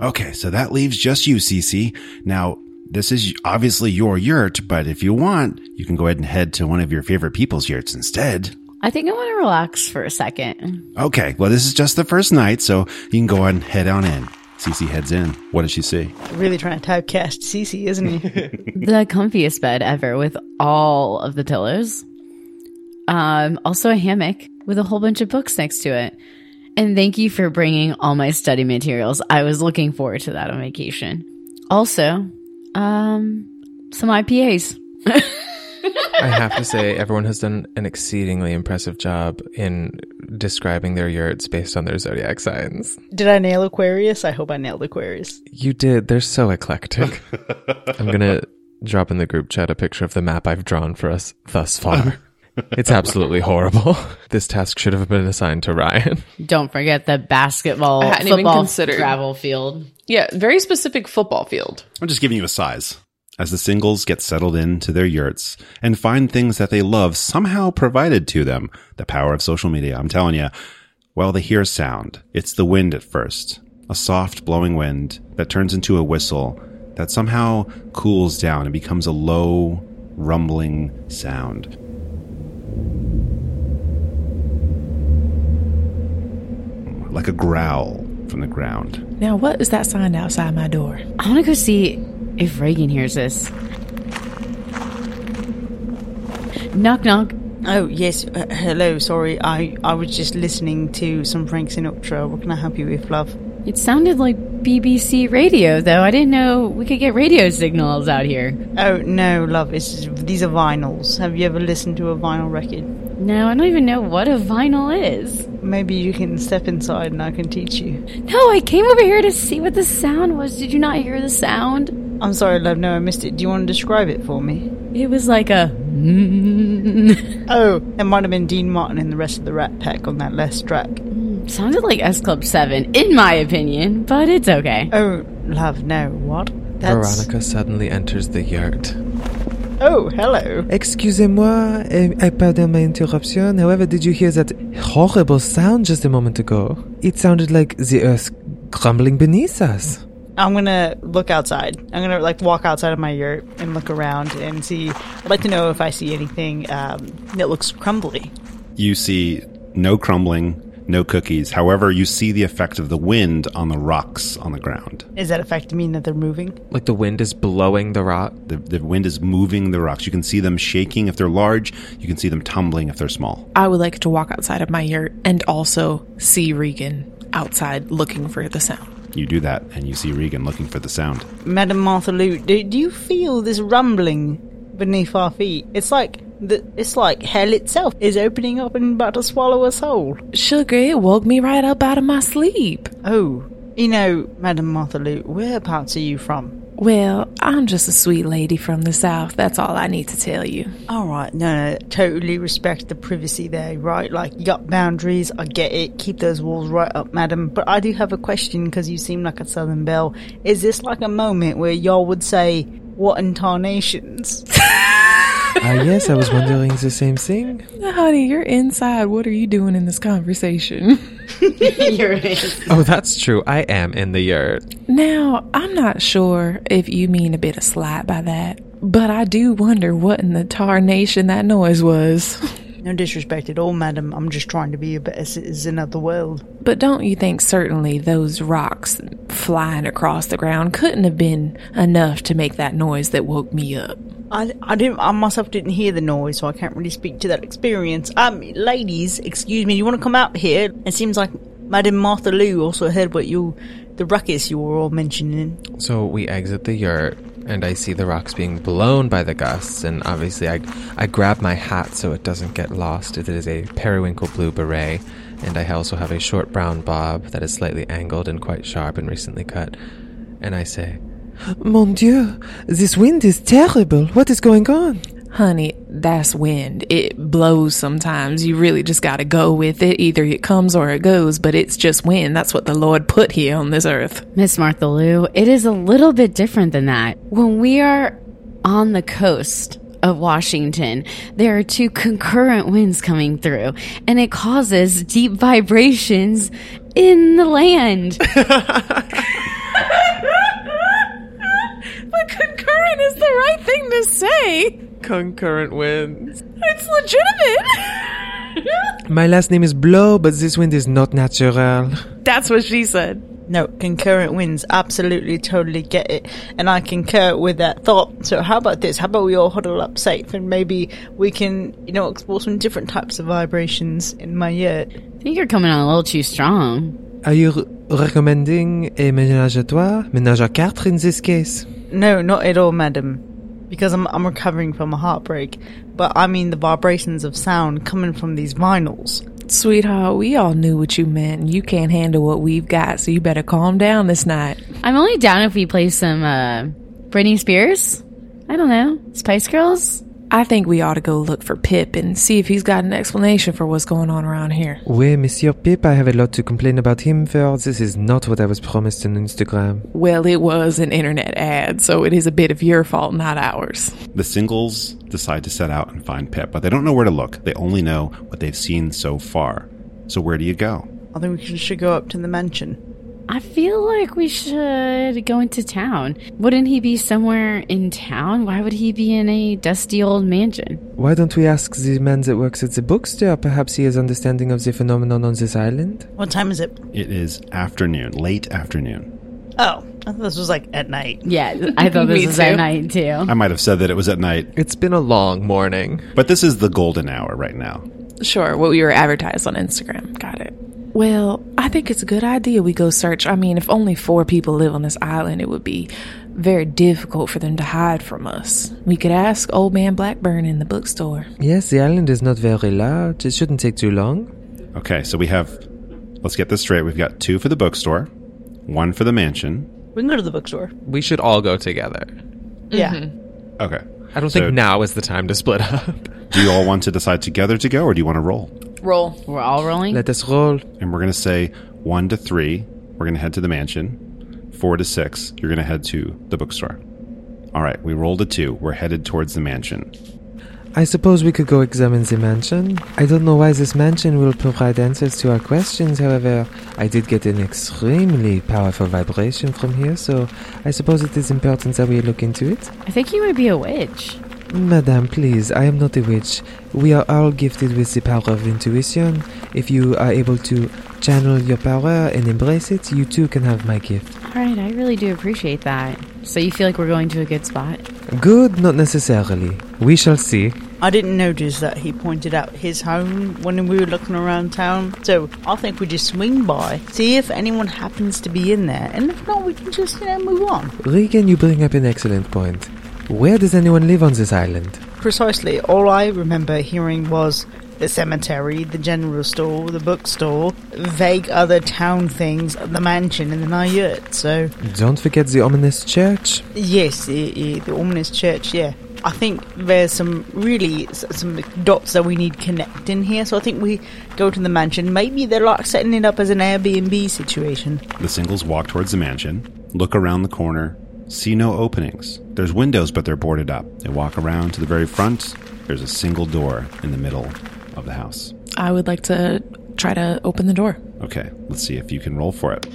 Okay, so that leaves just you, Cece. Now, this is obviously your yurt, but if you want, you can go ahead and head to one of your favorite people's yurts instead. I think I want to relax for a second. Okay, well, this is just the first night, so you can go on head on in. Cece heads in. What does she see? Really trying to typecast Cece, isn't he? The comfiest bed ever with all of the pillows. Um, also a hammock with a whole bunch of books next to it. And thank you for bringing all my study materials. I was looking forward to that on vacation. Also, um, some IPAs. I have to say, everyone has done an exceedingly impressive job in describing their yurts based on their zodiac signs. Did I nail Aquarius? I hope I nailed Aquarius. You did. They're so eclectic. I'm going to drop in the group chat a picture of the map I've drawn for us thus far. It's absolutely horrible. This task should have been assigned to Ryan. Don't forget the basketball, I hadn't even football, considered. travel field. Yeah, very specific football field. I'm just giving you a size. As the singles get settled into their yurts and find things that they love somehow provided to them, the power of social media, I'm telling you. Well, they hear a sound. It's the wind at first, a soft blowing wind that turns into a whistle that somehow cools down and becomes a low, rumbling sound. Like a growl from the ground. Now, what is that sign outside my door? I want to go see if Reagan hears this. Knock, knock. Oh yes, uh, hello. Sorry, I I was just listening to some Frank Sinatra. What can I help you with, love? It sounded like BBC radio, though. I didn't know we could get radio signals out here. Oh no, love. It's these are vinyls. Have you ever listened to a vinyl record? No, I don't even know what a vinyl is. Maybe you can step inside and I can teach you. No, I came over here to see what the sound was. Did you not hear the sound? I'm sorry, love. No, I missed it. Do you want to describe it for me? It was like a. mm, Oh, it might have been Dean Martin and the rest of the Rat Pack on that last track. sounded like S Club 7, in my opinion, but it's okay. Oh, love. No, what? Veronica suddenly enters the yurt. Oh, hello. Excusez-moi, eh, I pardon my interruption. However, did you hear that horrible sound just a moment ago? It sounded like the earth crumbling beneath us. I'm gonna look outside. I'm gonna like walk outside of my yurt and look around and see. I'd like to know if I see anything um, that looks crumbly. you see no crumbling, no cookies. However, you see the effect of the wind on the rocks on the ground. Is that effect mean that they're moving? Like the wind is blowing the rock. The, the wind is moving the rocks. You can see them shaking if they're large, you can see them tumbling if they're small. I would like to walk outside of my yurt and also see Regan outside looking for the sound. You do that, and you see Regan looking for the sound. Madam Martha Lou, do, do you feel this rumbling beneath our feet? It's like the, it's like hell itself is opening up and about to swallow us whole. Sugar, it woke me right up out of my sleep. Oh, you know, Madam Martha Lou, whereabouts are you from? Well, I'm just a sweet lady from the South. That's all I need to tell you. All right, no, no, totally respect the privacy there, right? Like, you got boundaries, I get it. Keep those walls right up, madam. But I do have a question because you seem like a Southern belle. Is this like a moment where y'all would say, what intonations? Ah, yes, I was wondering the same thing. Honey, you're inside. What are you doing in this conversation? Oh, that's true. I am in the yurt. Now, I'm not sure if you mean a bit of slight by that, but I do wonder what in the tarnation that noise was. No disrespect at all, madam. I'm just trying to be a better citizen of the world. But don't you think certainly those rocks flying across the ground couldn't have been enough to make that noise that woke me up? I, I didn't I myself didn't hear the noise, so I can't really speak to that experience. Um, ladies, excuse me, you want to come out here? It seems like Madam Martha Lou also heard what you, the ruckus you were all mentioning. So we exit the yurt, and I see the rocks being blown by the gusts, and obviously I, I grab my hat so it doesn't get lost. It is a periwinkle blue beret, and I also have a short brown bob that is slightly angled and quite sharp and recently cut. And I say, Mon Dieu, this wind is terrible. What is going on? Honey, that's wind. It blows sometimes. You really just gotta go with it. Either it comes or it goes, but it's just wind. That's what the Lord put here on this earth. Miss Martha Lou, it is a little bit different than that. When we are on the coast of Washington, there are two concurrent winds coming through, and it causes deep vibrations in the land. But concurrent is the right thing to say. Concurrent winds. It's legitimate. My last name is Blow, but this wind is not natural. that's what she said. No, concurrent wins. Absolutely, totally get it. And I concur with that thought. So how about this? How about we all huddle up safe and maybe we can, you know, explore some different types of vibrations in my yurt? I think you're coming on a little too strong. Are you r- recommending a ménage à trois, ménage à quatre in this case? No, not at all, madam. Because I'm I'm recovering from a heartbreak, but I mean the vibrations of sound coming from these vinyls. Sweetheart, we all knew what you meant. and You can't handle what we've got, so you better calm down this night. I'm only down if we play some uh, Britney Spears. I don't know, Spice Girls. I think we ought to go look for Pip and see if he's got an explanation for what's going on around here. Oui, Monsieur Pip, I have a lot to complain about him for. This is not what I was promised on Instagram. Well, it was an internet ad, so it is a bit of your fault, not ours. The singles decide to set out and find Pip, but they don't know where to look. They only know what they've seen so far. So where do you go? I think we should- should go up to the mansion. I feel like we should go into town. Wouldn't he be somewhere in town? Why would he be in a dusty old mansion? Why don't we ask the man that works at the bookstore? Perhaps he has understanding of the phenomenon on this island. What time is it? It is afternoon, late afternoon. Oh, I thought this was like at night. Yeah, I thought this Me was our too. night too. I might have said that it was at night, It's been a long morning. but this is the golden hour right now. Sure, what we were advertised on Instagram. Got it. Well, I think it's a good idea we go search. I mean, if only four people live on this island, it would be very difficult for them to hide from us. We could ask Old Man Blackburn in the bookstore. Yes, the island is not very large. It shouldn't take too long. Okay, so we have, let's get this straight. We've got two for the bookstore, one for the mansion. We can go to the bookstore. Mm-hmm. We should all go together. Yeah. Okay. I don't So- think now is the time to split up. Do you all want to decide together to go, or do you want to roll? Roll. We're all rolling. Let us roll. And we're going to say one to three, we're going to head to the mansion. Four to six, you're going to head to the bookstore. All right, we rolled a two. We're headed towards the mansion. I suppose we could go examine the mansion. I don't know why this mansion will provide answers to our questions, however, I did get an extremely powerful vibration from here, so I suppose it is important that we look into it. I think you might be a witch. Madame, please, I am not a witch. We are all gifted with the power of intuition. If you are able to channel your power and embrace it, you too can have my gift. All right, I really do appreciate that. So you feel like we're going to a good spot? Good, not necessarily. We shall see. I didn't notice that he pointed out his home when we were looking around town. So I think we just swing by, see if anyone happens to be in there, and if not, we can just you know move on. Regan, you bring up an excellent point. Where does anyone live on this island? Precisely. All I remember hearing was the cemetery, the general store, the bookstore, vague other town things, the mansion, and then our yurt. So, Don't forget the ominous church. yes, i- i- the ominous church, yeah. I think there's some really s- some dots that we need connecting here. So I think we go to the mansion. Maybe they're like setting it up as an Airbnb situation. The singles walk towards the mansion, look around the corner, see no openings. There's windows, but they're boarded up. They walk around to the very front. There's a single door in the middle of the house. I would like to try to open the door. Okay, let's see if you can roll for it.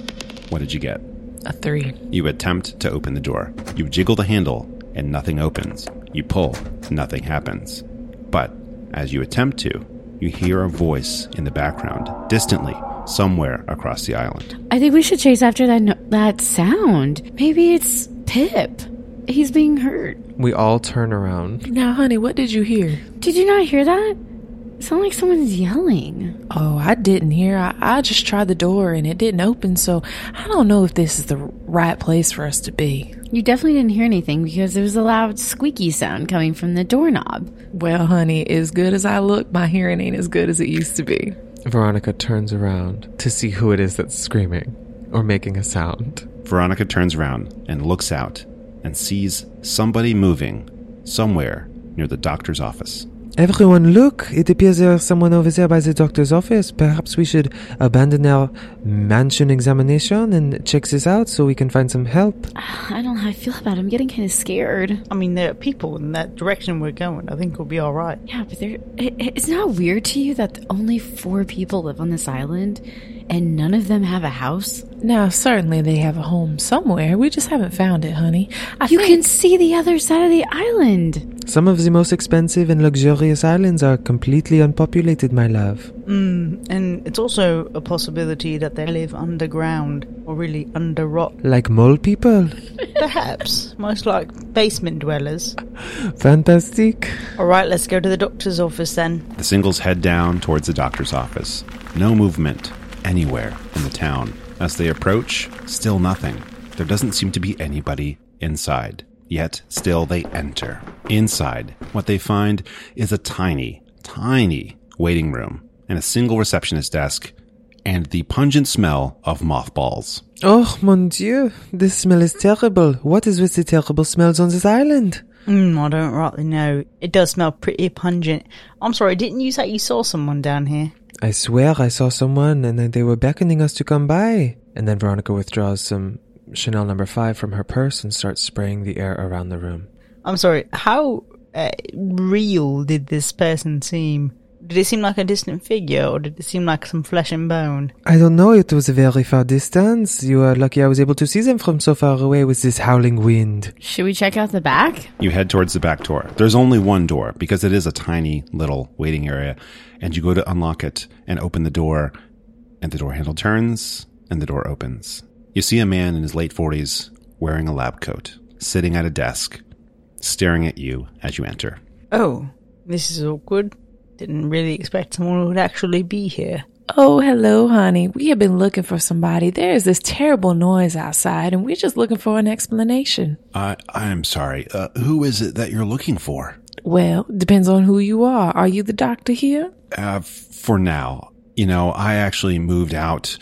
What did you get? A three. You attempt to open the door. You jiggle the handle, and nothing opens. You pull, nothing happens. But as you attempt to, you hear a voice in the background, distantly, somewhere across the island. I think we should chase after that no- that sound. Maybe it's Pip. He's being hurt. We all turn around. Now, honey, what did you hear? Did you not hear that? It sounded like someone's yelling. Oh, I didn't hear. I, I just tried the door and it didn't open, so I don't know if this is the right place for us to be. You definitely didn't hear anything because there was a loud squeaky sound coming from the doorknob. Well, honey, as good as I look, my hearing ain't as good as it used to be. Veronica turns around to see who it is that's screaming or making a sound. Veronica turns around and looks out and sees somebody moving somewhere near the doctor's office. Everyone, look! It appears there's someone over there by the doctor's office. Perhaps we should abandon our mansion examination and check this out so we can find some help. I don't know how I feel about it. I'm getting kind of scared. I mean, there are people in that direction we're going. I think we'll be all right. Yeah, but there, it, it's not weird to you that only four people live on this island and none of them have a house. Now, certainly they have a home somewhere. We just haven't found it, honey. I You can think- see the other side of the island. Some of the most expensive and luxurious islands are completely unpopulated, my love. And it's also a possibility that they live underground or really under rock. Like mole people. Perhaps. Most like basement dwellers. Fantastic. All right, let's go to the doctor's office then. The singles head down towards the doctor's office. No movement anywhere in the town. As they approach, still nothing. There doesn't seem to be anybody inside. Yet, still they enter. Inside, what they find is a tiny, tiny waiting room and a single receptionist desk and the pungent smell of mothballs. Oh, mon dieu. This smell is terrible. What is with the terrible smells on this island? Mm, I don't rightly know. It does smell pretty pungent. I'm sorry, didn't you say you saw someone down here? I swear I saw someone and then they were beckoning us to come by. And then Veronica withdraws some Chanel number five from her purse and starts spraying the air around the room. I'm sorry, how uh, real did this person seem? Did it seem like a distant figure or did it seem like some flesh and bone? I don't know, it was a very far distance. You are lucky I was able to see them from so far away with this howling wind. Should we check out the back? You head towards the back door. There's only one door because it is a tiny little waiting area. And you go to unlock it and open the door. And the door handle turns and the door opens. You see a man in his late 40s wearing a lab coat, sitting at a desk, staring at you as you enter. Oh, this is awkward. Didn't really expect someone would actually be here. oh, hello, honey. We have been looking for somebody. There is this terrible noise outside, and we're just looking for an explanation. I, I'm sorry. Uh, who is it that you're looking for? Well, depends on who you are. Are you the doctor here? Uh, f- for now. You know, I actually moved out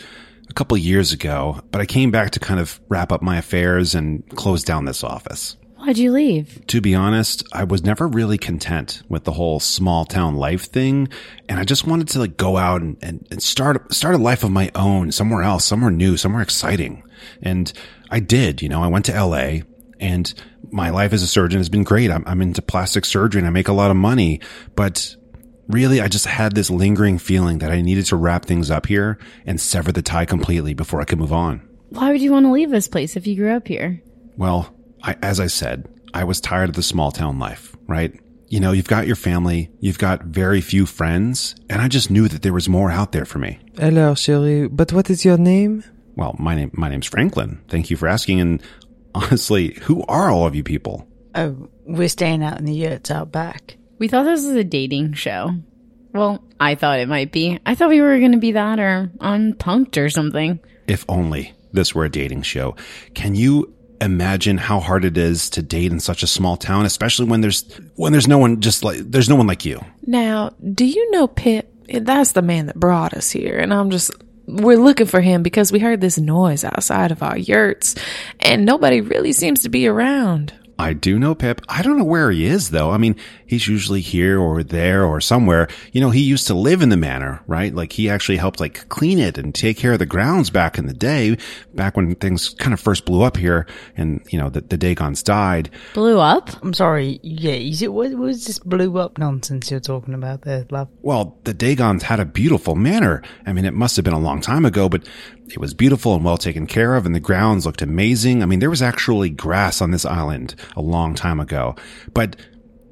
a couple years ago, but I came back to kind of wrap up my affairs and close down this office. Why'd you leave? to be honest, I was never really content with the whole small town life thing. And I just wanted to like go out and, and, and start, start a life of my own somewhere else, somewhere new, somewhere exciting. And I did, you know, I went to LA and my life as a surgeon has been great. I'm, I'm into plastic surgery and I make a lot of money, but really I just had this lingering feeling that I needed to wrap things up here and sever the tie completely before I could move on. Why would you want to leave this place if you grew up here? Well, I, as I said, I was tired of the small town life, right? You know, you've got your family, you've got very few friends, and I just knew that there was more out there for me. Hello, chérie, but what is your name? Well, my name, my name's Franklin. Thank you for asking. And honestly, who are all of you people? Oh, we're staying out in the yurts out back. We thought this was a dating show. Well, I thought it might be. I thought we were going to be that or unpunked or something. If only this were a dating show. Can you imagine how hard it is to date in such a small town, especially when there's when there's no one just like there's no one like you. Now, do you know Pip? That's the man that brought us here. And I'm just, we're looking for him because we heard this noise outside of our yurts and nobody really seems to be around. I do know Pip. I don't know where he is though. I mean, he's usually here or there or somewhere. You know, he used to live in the manor, right? Like he actually helped like clean it and take care of the grounds back in the day, back when things kind of first blew up here and, you know, the, the Dagons died. Blew up? I'm sorry. Yeah, is it, what, what is this blew up nonsense you're talking about there, love? Well, the Dagons had a beautiful manor. I mean, it must have been a long time ago, but it was beautiful and well taken care of and the grounds looked amazing. I mean, there was actually grass on this island a long time ago, but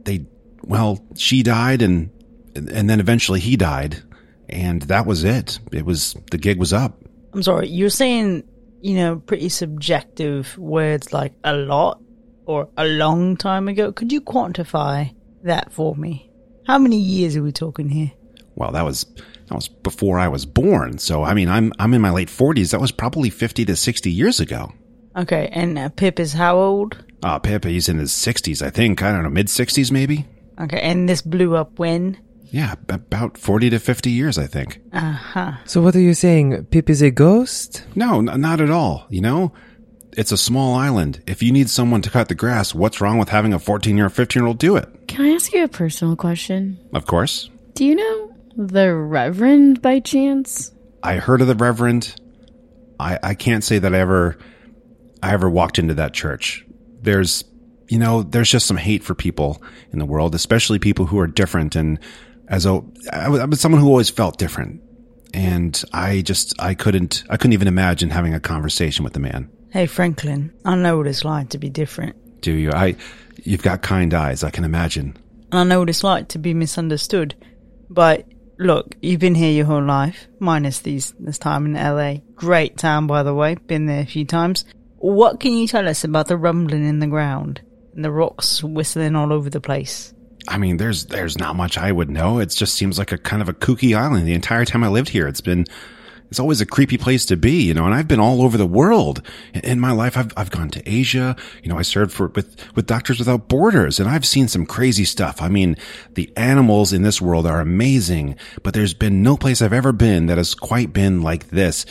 they, well, she died and, and then eventually he died and that was it. It was, the gig was up. I'm sorry. You're saying, you know, pretty subjective words like a lot or a long time ago. Could you quantify that for me? How many years are we talking here? Well, that was, that was before I was born. So, I mean, I'm, I'm in my late forties. That was probably 50 to 60 years ago. Okay, and uh, Pip is how old? Uh, Pip, he's in his sixties, I think. I don't know, mid sixties maybe. Okay, and this blew up when? Yeah, b- about 40 to 50 years, I think. Uh huh. So what are you saying? Pip is a ghost? No, n- not at all. You know, it's a small island. If you need someone to cut the grass, what's wrong with having a 14 year or 15 year old do it? Can I ask you a personal question? Of course. Do you know the Reverend by chance? I heard of the Reverend. I, I can't say that I ever, I ever walked into that church. There's, you know, there's just some hate for people in the world, especially people who are different. And as a, I was, I was someone who always felt different. And I just, I couldn't, I couldn't even imagine having a conversation with the man. Hey, Franklin, I know what it's like to be different, Do you? I, you've got kind eyes. I can imagine. and I know what it's like to be misunderstood. But look, you've been here your whole life, minus these this time in LA. Great town, by the way. Been there a few times. What can you tell us about the rumbling in the ground and the rocks whistling all over the place? I mean, there's there's not much I would know. It just seems like a kind of a kooky island. The entire time I lived here, it's been it's always a creepy place to be, you know. And I've been all over the world in, in my life. I've I've gone to Asia. You know, I served for with with Doctors Without Borders, and I've seen some crazy stuff. I mean, the animals in this world are amazing, but there's been no place I've ever been that has quite been like this.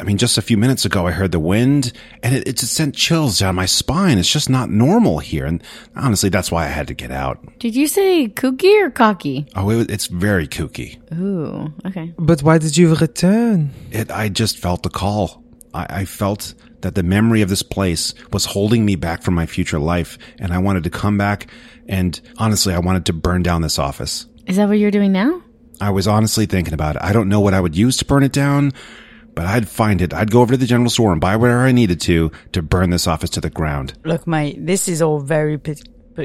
I mean, just a few minutes ago, I heard the wind and it, it just sent chills down my spine. It's just not normal here. And honestly, that's why I had to get out. Did you say kooky or cocky? Oh, it, it's very kooky. Ooh, okay. But why did you return? It, I just felt the call. I, I felt that the memory of this place was holding me back from my future life, and I wanted to come back. And honestly, I wanted to burn down this office. Is that what you're doing now? I was honestly thinking about it. I don't know what I would use to burn it down, but I'd find it. I'd go over to the general store and buy whatever I needed to to burn this office to the ground. Look, mate, this is all very pe-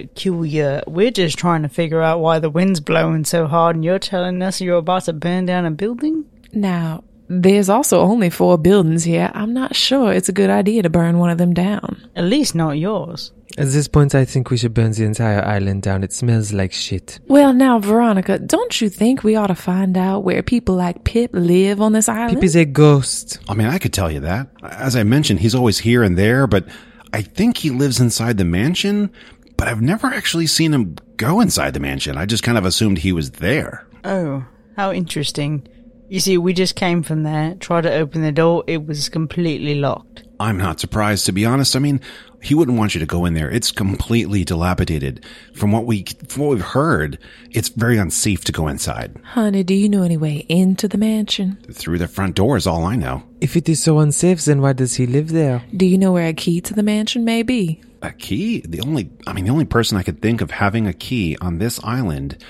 peculiar. We're just trying to figure out why the wind's blowing so hard, and you're telling us you're about to burn down a building? Now, there's also only four buildings here. I'm not sure it's a good idea to burn one of them down. At least not yours. At this point, I think we should burn the entire island down. It smells like shit. Well, now, Veronica, don't you think we ought to find out where people like Pip live on this island? Pip is a ghost. I mean, I could tell you that. As I mentioned, he's always here and there, but I think he lives inside the mansion, but I've never actually seen him go inside the mansion. I just kind of assumed he was there. Oh, how interesting. You see, we just came from there, tried to open the door, it was completely locked. I'm not surprised, to be honest. I mean, he wouldn't want you to go in there. It's completely dilapidated. From what we, from what we've heard, it's very unsafe to go inside. Honey, do you know any way into the mansion? Through the front door is all I know. If it is so unsafe, then why does he live there? Do you know where a key to the mansion may be? A key? The only, I mean, the only person I could think of having a key on this island,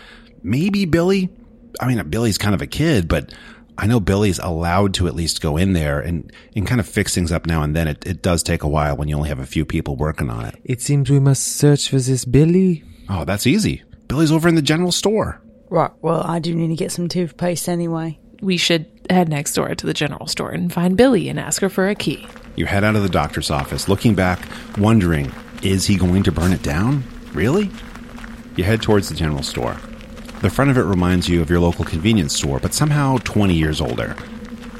maybe Billy. I mean, Billy's kind of a kid, but I know Billy's allowed to at least go in there and, and kind of fix things up now and then. It, it does take a while when you only have a few people working on it. It seems we must search for this Billy. Oh, that's easy. Billy's over in the general store. Right, well, I do need to get some toothpaste anyway. We should head next door to the general store and find Billy and ask her for a key. You head out of the doctor's office, looking back, wondering, is he going to burn it down? Really? You head towards the general store. The front of it reminds you of your local convenience store, but somehow 20 years older.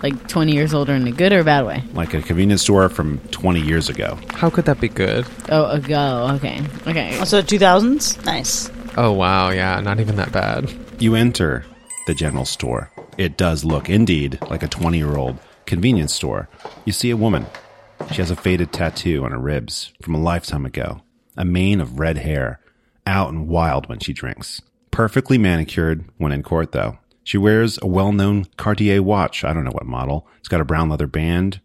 Like 20 years older in a good or a bad way? like a convenience store from 20 years ago. How could that be good? Oh, ago. Okay. Okay. Also, 2000s? Nice. Oh, wow. Yeah, not even that bad. You enter the general store. It does look indeed like a 20 year old convenience store. You see a woman. She has a faded tattoo on her ribs from a lifetime ago, a mane of red hair, out and wild when she drinks. Perfectly manicured when in court, though. She wears a well known Cartier watch. I don't know what model. It's got a brown leather band.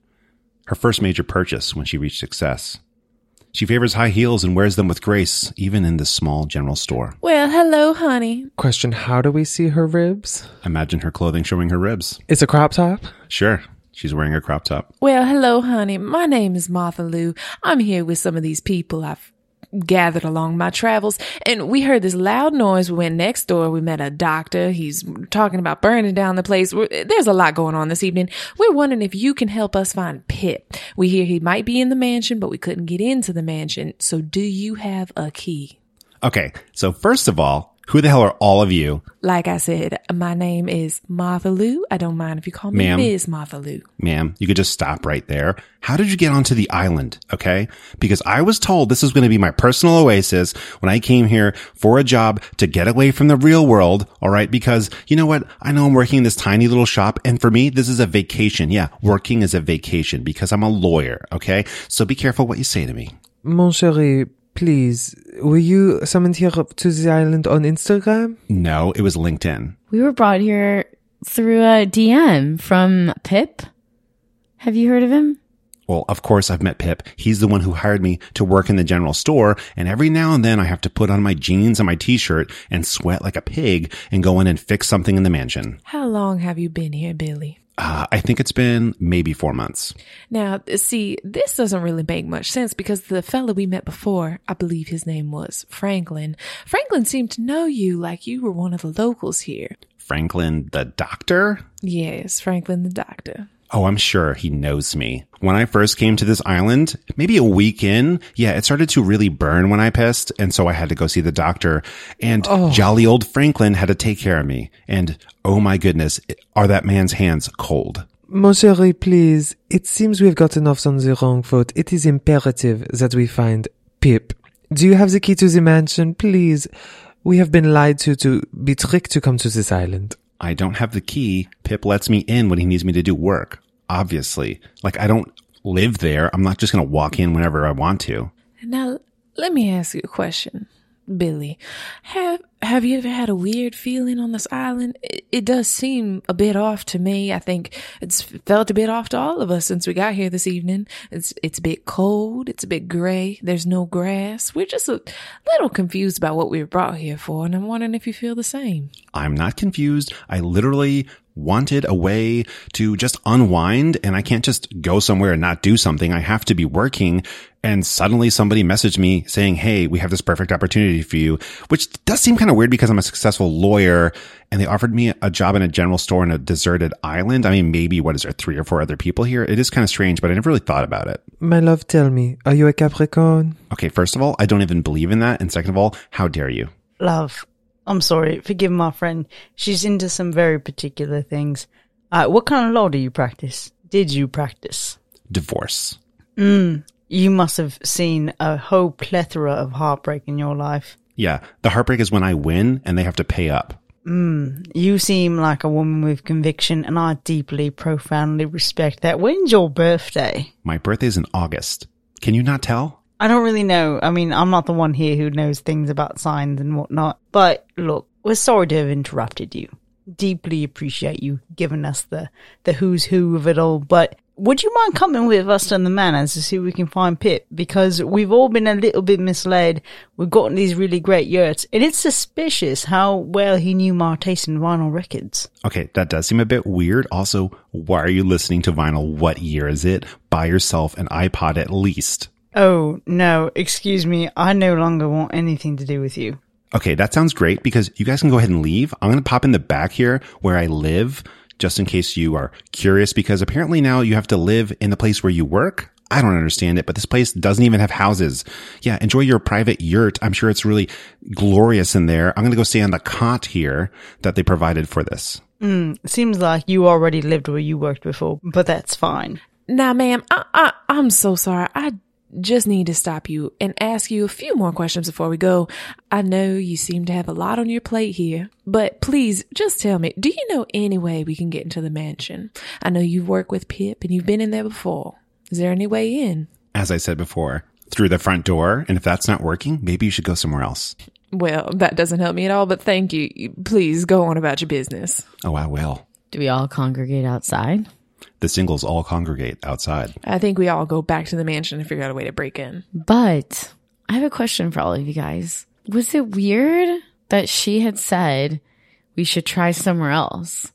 Her first major purchase when she reached success. She favors high heels and wears them with grace, even in this small general store. Well, hello, honey. Question How do we see her ribs? Imagine her clothing showing her ribs. It's a crop top. Sure. She's wearing a crop top. Well, hello, honey. My name is Martha Lou. I'm here with some of these people I've gathered along my travels, and we heard this loud noise. We went next door. We met a doctor. He's talking about burning down the place. We're- There's a lot going on this evening. We're wondering if you can help us find Pip. We hear he might be in the mansion, but we couldn't get into the mansion. So, do you have a key? Okay. So first of all, who the hell are all of you? Like I said, my name is Martha Lou. I don't mind if you call me Ma'am. Ms. Martha Lou. Ma'am, you could just stop right there. How did you get onto the island? Okay. Because I was told this was going to be my personal oasis when I came here for a job to get away from the real world. All right. Because you know what? I know I'm working in this tiny little shop. And for me, this is a vacation. Yeah. Working is a vacation because I'm a lawyer. Okay. So be careful what you say to me. Mon chéri, please, were you summoned here up to the island on Instagram? No, it was LinkedIn. We were brought here through a DM from Pip. Have you heard of him? Well, of course, I've met Pip. He's the one who hired me to work in the general store. And every now and then I have to put on my jeans and my t shirt and sweat like a pig and go in and fix something in the mansion. How long have you been here, Billy? Uh, I think it's been maybe four months. Now, see, this doesn't really make much sense because the fella we met before, I believe his name was Franklin. Franklin seemed to know you like you were one of the locals here. Franklin, the doctor? Yes, Franklin the doctor. Oh, I'm sure he knows me. When I first came to this island, maybe a week in, yeah, it started to really burn when I pissed. And so I had to go see the doctor. And jolly old Franklin had to take care of me. And oh my goodness, are that man's hands cold? Mon chéri, please, it seems we've gotten off on the wrong foot. It is imperative that we find Pip. Do you have the key to the mansion, please? We have been lied to to be tricked to come to this island. I don't have the key. Pip lets me in when he needs me to do work. Obviously. Like I don't live there. I'm not just going to walk in whenever I want to. Now, let me ask you a question, Billy. Have have you ever had a weird feeling on this island? It, it does seem a bit off to me. I think it's felt a bit off to all of us since we got here this evening. It's it's a bit cold. It's a bit gray. There's no grass. We're just a little confused about what we were brought here for, and I'm wondering if you feel the same. I'm not confused. I literally wanted a way to just unwind and I can't just go somewhere and not do something. I have to be working. And suddenly somebody messaged me saying, Hey, we have this perfect opportunity for you, which does seem kind of weird because I'm a successful lawyer and they offered me a job in a general store in a deserted island. I mean, maybe what is there? Three or four other people here. It is kind of strange, but I never really thought about it. My love, tell me, are you a Capricorn? Okay. First of all, I don't even believe in that. And second of all, how dare you? Love. I'm sorry. Forgive my friend. She's into some very particular things. Uh, what kind of law do you practice? Did you practice? Divorce. You must have seen a whole plethora of heartbreak in your life. Yeah. The heartbreak is when I win and they have to pay up. You seem like a woman with conviction, and I deeply, profoundly respect that. When's your birthday? My birthday's in August. Can you not tell? I don't really know. I mean, I'm not the one here who knows things about signs and whatnot. But look, we're sorry to have interrupted you. Deeply appreciate you giving us the, the who's who of it all. But would you mind coming with us to the manors to see if we can find Pip? Because we've all been a little bit misled. We've gotten these really great yurts, and it's suspicious how well he knew my taste in vinyl records. Okay, that does seem a bit weird. Also, why are you listening to vinyl? What year is it? Buy yourself an iPod at least. Oh, no, excuse me. I no longer want anything to do with you. Okay, that sounds great because you guys can go ahead and leave. I'm going to pop in the back here where I live just in case you are curious because apparently now you have to live in the place where you work. I don't understand it, but this place doesn't even have houses. Yeah, enjoy your private yurt. I'm sure it's really glorious in there. I'm going to go stay on the cot here that they provided for this. It seems like you already lived where you worked before, but that's fine. Now, ma'am, I, I, I'm so sorry. I just need to stop you and ask you a few more questions before we go. I know you seem to have a lot on your plate here, but please just tell me, do you know any way we can get into the mansion? I know you work with Pip and you've been in there before. Is there any way in? As I said before, through the front door. And if that's not working, maybe you should go somewhere else. Well, that doesn't help me at all, but thank you. Please go on about your business. Oh, I will. Do we all congregate outside? The singles all congregate outside. I think we all go back to the mansion and figure out a way to break in. But I have a question for all of you guys. Was it weird that she had said we should try somewhere else?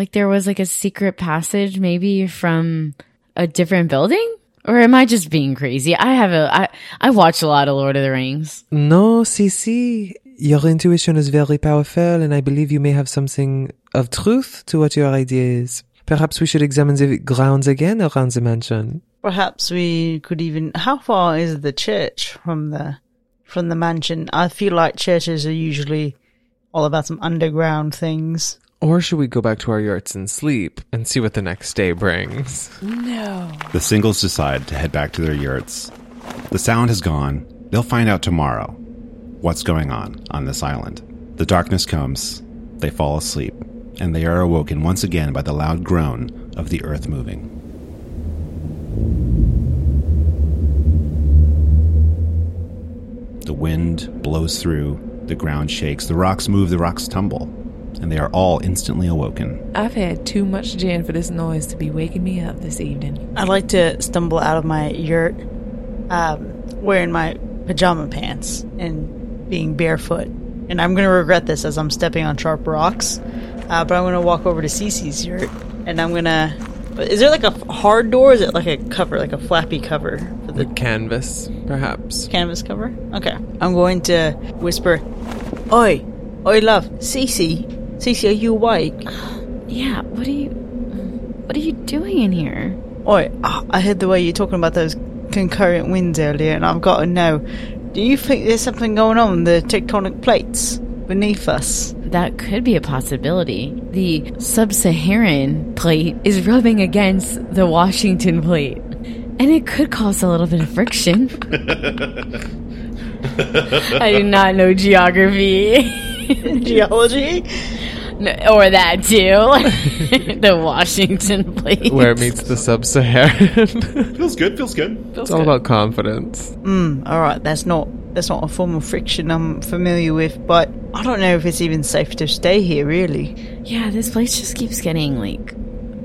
Like there was like a secret passage maybe from a different building? Or am I just being crazy? I have a I I watch a lot of Lord of the Rings. No, Cece, your intuition is very powerful, and I believe you may have something of truth to what your idea is. Perhaps we should examine the grounds again around the mansion. Perhaps we could even. How far is the church from the from the mansion? I feel like churches are usually all about some underground things. Or should we go back to our yurts and sleep and see what the next day brings? No. The singles decide to head back to their yurts. The sound has gone. They'll find out tomorrow what's going on on this island. The darkness comes. They fall asleep. And they are awoken once again by the loud groan of the earth moving. The wind blows through. The ground shakes. The rocks move. The rocks tumble. And they are all instantly awoken. I've had too much gin for this noise to be waking me up this evening. I like to stumble out of my yurt um, wearing my pajama pants and being barefoot. And I'm going to regret this as I'm stepping on sharp rocks. Uh, but I'm going to walk over to Cece's yurt and I'm going to. Is there like a f- hard door? Or is it like a cover, like a flappy cover for the Canvas, perhaps. canvas cover? Okay. I'm going to whisper, Oi, oi, love, Cece. Cece, are you awake? Yeah, what are you what are you doing in here? Oi, ah, I heard the way you're talking about those concurrent winds earlier, and I've got to know. Do you think there's something going on with the tectonic plates beneath us? That could be a possibility. The sub-Saharan plate is rubbing against the Washington plate. And it could cause a little bit of friction. I do not know geography. Geology? No, or that too. the Washington plate. Where it meets the sub Saharan. Feels good, feels good. it's all about confidence. Hmm, All right, that's not that's not a form of friction I'm familiar with, but I don't know if it's even safe to stay here. Really, Yeah, this place just keeps getting like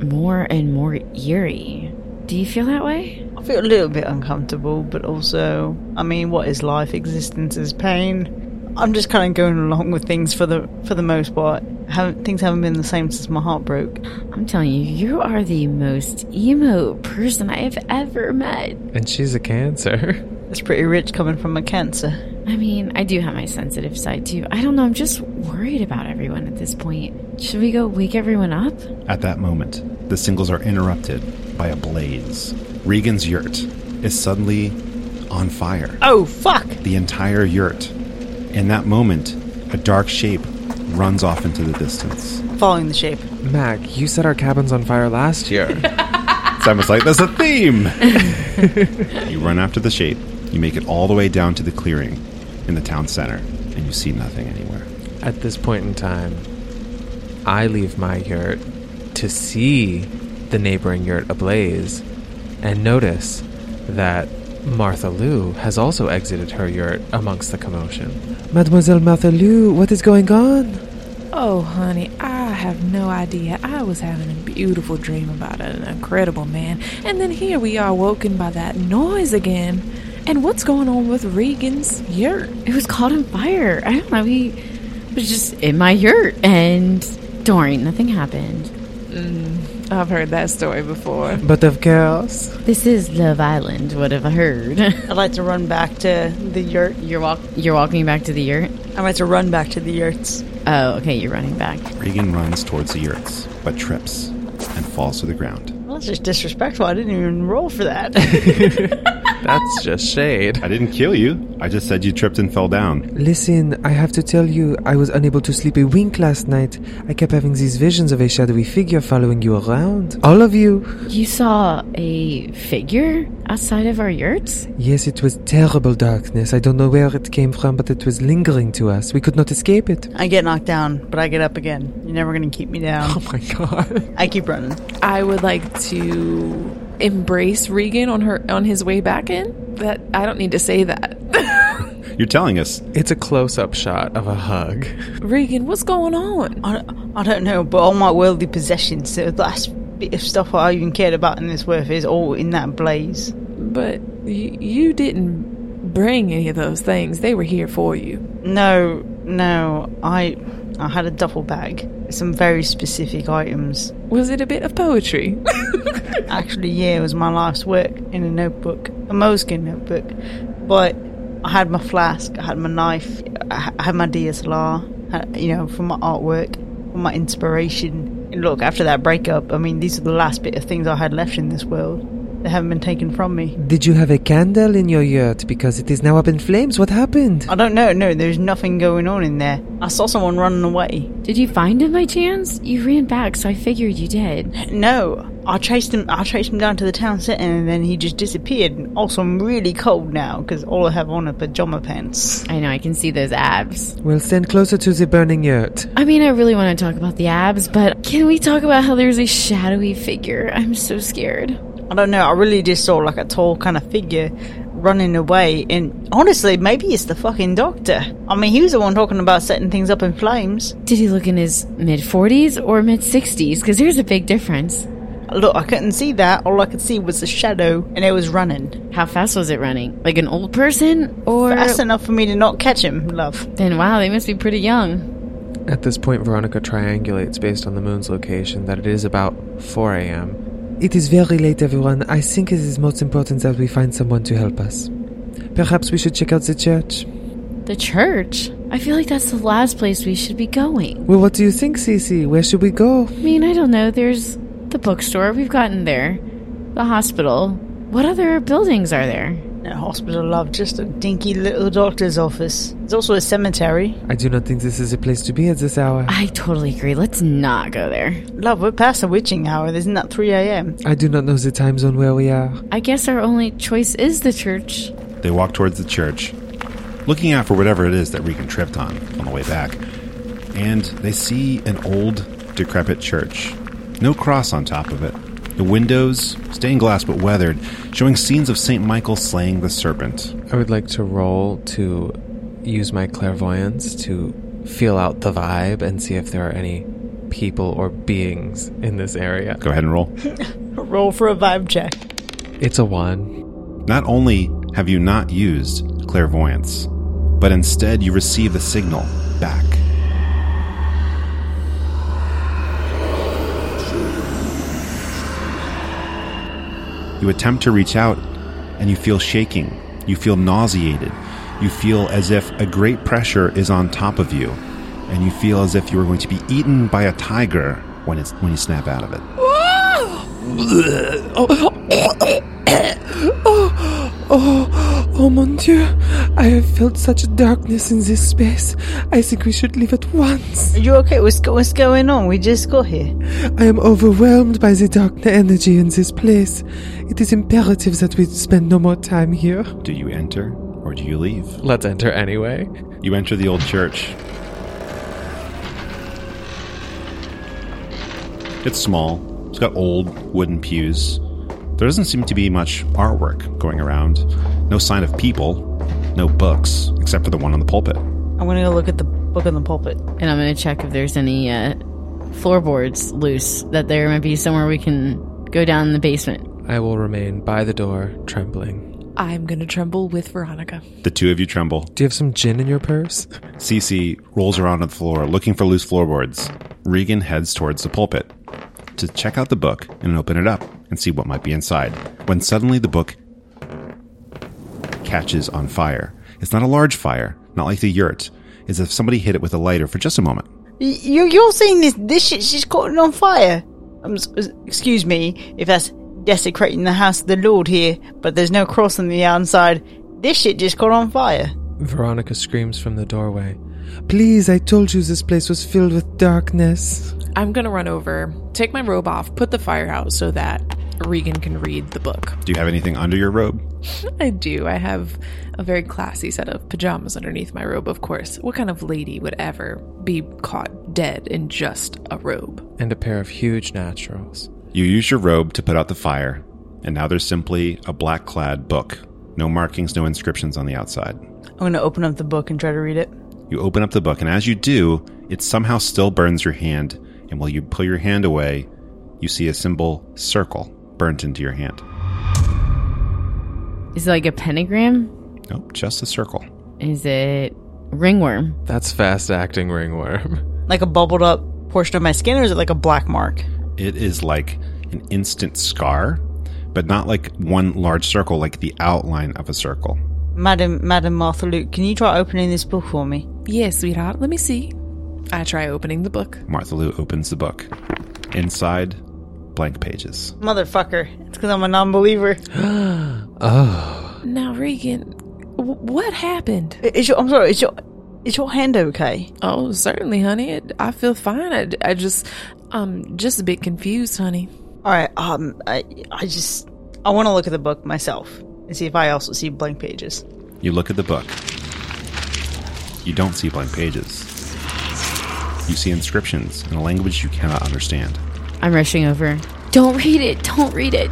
more and more eerie. Do you feel that way? I feel a little bit uncomfortable, but also, I mean, what is life? Existence is pain. I'm just kind of going along with things for the for the most part. Haven't, things haven't been the same since my heart broke. I'm telling you, you are the most emo person I have ever met. And she's a cancer. It's pretty rich coming from a cancer. I mean, I do have my sensitive side too. I don't know, I'm just worried about everyone at this point. Should we go wake everyone up? At that moment, the singles are interrupted by a blaze. Regan's yurt is suddenly on fire. Oh fuck! the entire yurt. In that moment, a dark shape runs off into the distance. Following the shape. Mac, you set our cabins on fire last year. Simon's like, that's a theme! you run after the shape, you make it all the way down to the clearing in the town center, and you see nothing anywhere. At this point in time, I leave my yurt to see the neighboring yurt ablaze and notice that Martha Lou has also exited her yurt amongst the commotion. Mademoiselle Martha Lou, what is going on? Oh, honey, I have no idea. I was having a beautiful dream about an incredible man, and then here we are woken by that noise again. And what's going on with Regan's yurt? It was caught on fire. I don't know. We it was just in my yurt and darn, nothing happened. I've heard that story before. But of course. This is Love Island, what have I heard? I'd like to run back to the yurt. you're walk you're walking back to the yurt? I'd like to run back to the yurts. Oh, okay, you're running back. Regan runs towards the yurts, but trips and falls to the ground. That's just disrespectful. I didn't even roll for that. That's just shade. I didn't kill you. I just said you tripped and fell down. Listen, I have to tell you, I was unable to sleep a wink last night. I kept having these visions of a shadowy figure following you around. All of you. You saw a figure outside of our yurts? Yes, it was terrible darkness. I don't know where it came from, but it was lingering to us. We could not escape it. I get knocked down, but I get up again. You're never going to keep me down. Oh my god. I keep running. I would like to embrace Regan on her on his way back in. That I don't need to say that. You're telling us. It's a close up shot of a hug. Regan, what's going on? I, I don't know, but all my worldly possessions, so the last bit of stuff I even cared about in this worth is all in that blaze. But you, you didn't bring any of those things. They were here for you. No, no, I I had a duffel bag, with some very specific items. Was it a bit of poetry? Actually, yeah, it was my life's work in a notebook, a moleskin notebook. But I had my flask, I had my knife, I I had my DSLR, had- uh, you know, for my artwork, for my inspiration. And look, after that breakup, I mean, these are the last bit of things I had left in this world. They haven't been taken from me. Did you have a candle in your yurt? Because it is now up in flames. What happened? I don't know, no, there's nothing going on in there. I saw someone running away. Did you find him by chance? You ran back, so I figured you did. No, I chased him. I chased him down to the town centre, and then he just disappeared. And also, I'm really cold now because all I have on are pajama pants. I know, I can see those abs. Well, stand closer to the burning yurt. I mean, I really want to talk about the abs, but can we talk about how there's a shadowy figure? I'm so scared. I don't know. I really just saw like a tall kind of figure running away. And honestly, maybe it's the fucking doctor. I mean, he was the one talking about setting things up in flames. Did he look in his mid 40s or mid 60s? Because there's a big difference. Look, I couldn't see that. All I could see was the shadow, and it was running How fast was it running? Like an old person? Or. fast enough for me to not catch him. Love. Then, wow, they must be pretty young. At this point, Veronica triangulates based on the moon's location that it is about 4 a.m. It is very late, everyone. I think it is most important that we find someone to help us. Perhaps we should check out the church. The church? I feel like that's the last place we should be going. Well, what do you think, Cece? Where should we go? I mean, I don't know. There's the bookstore. We've gotten there. The hospital. What other buildings are there? No hospital, love. Just a dinky little doctor's office. There's also a cemetery. I do not think this is a place to be at this hour. I totally agree. Let's not go there. Love, we're past the witching hour. Isn't that 3 a.m.? I do not know the time zone where we are. I guess our only choice is the church. They walk towards the church, looking out for whatever it is that Regan tripped on on the way back. And they see an old, decrepit church. No cross on top of it. The windows, stained glass but weathered, showing scenes of St. Michael slaying the serpent. I would like to roll to use my clairvoyance to feel out the vibe and see if there are any people or beings in this area. Go ahead and roll. Roll for a vibe check. It's a one. Not only have you not used clairvoyance, but instead you receive the signal back. You attempt to reach out and you feel shaking. You feel nauseated. You feel as if a great pressure is on top of you. And you feel as if you are going to be eaten by a tiger when, it's, when you snap out of it. Oh, oh mon dieu! I have felt such a darkness in this space. I think we should leave at once. Are you okay? What's, go- what's going on? We just got here. I am overwhelmed by the dark energy in this place. It is imperative that we spend no more time here. Do you enter or do you leave? Let's enter anyway. You enter the old church. It's small. It's got old wooden pews. There doesn't seem to be much artwork going around. No sign of people. No books, except for the one on the pulpit. I'm gonna go look at the book on the pulpit. And I'm going to check if there's any uh, floorboards loose, that there might be somewhere we can go down in the basement. I will remain by the door, trembling. I'm gonna tremble with Veronica. The two of you tremble. Do you have some gin in your purse? Cece rolls around on the floor looking for loose floorboards. Regan heads towards the pulpit to check out the book and open it up and see what might be inside. When suddenly the book catches on fire. It's not a large fire, not like the yurt. It's if somebody hit it with a lighter for just a moment. You, you're saying this, this shit's just caught on fire. um, s- s- excuse me if that's desecrating the house of the Lord here, but there's no cross on the outside. This shit just caught on fire. Veronica screams from the doorway. Please, I told you this place was filled with darkness. I'm gonna run over, take my robe off, put the fire out so that Regan can read the book. Do you have anything under your robe? I do. I have a very classy set of pajamas underneath my robe, of course. What kind of lady would ever be caught dead in just a robe? And a pair of huge naturals. You use your robe to put out the fire, and now there's simply a black clad book. No markings, no inscriptions on the outside. I'm gonna open up the book and try to read it. You open up the book, and as you do, it somehow still burns your hand. And while you pull your hand away, you see a symbol circle burnt into your hand. Is it like a pentagram? Nope, just a circle. Is it ringworm? That's fast acting ringworm. Like a bubbled up portion of my skin, or is it like a black mark? It is like an instant scar, but not like one large circle, like the outline of a circle. Madam, Madam Martha Luke, can you try opening this book for me? Yeah, sweetheart, let me see. I try opening the book. Martha Lou opens the book. Inside, blank pages. Motherfucker, it's because I'm a non believer. Now, Regan, w- what happened? Is your, I'm sorry, is your, is your hand okay? Oh, certainly, honey. It, I feel fine. I, I just, I'm just a bit confused, honey. All right, um, I, I just, I want to look at the book myself and see if I also see blank pages. You look at the book. You don't see blank pages. You see inscriptions in a language you cannot understand. I'm rushing over. Don't read it. Don't read it.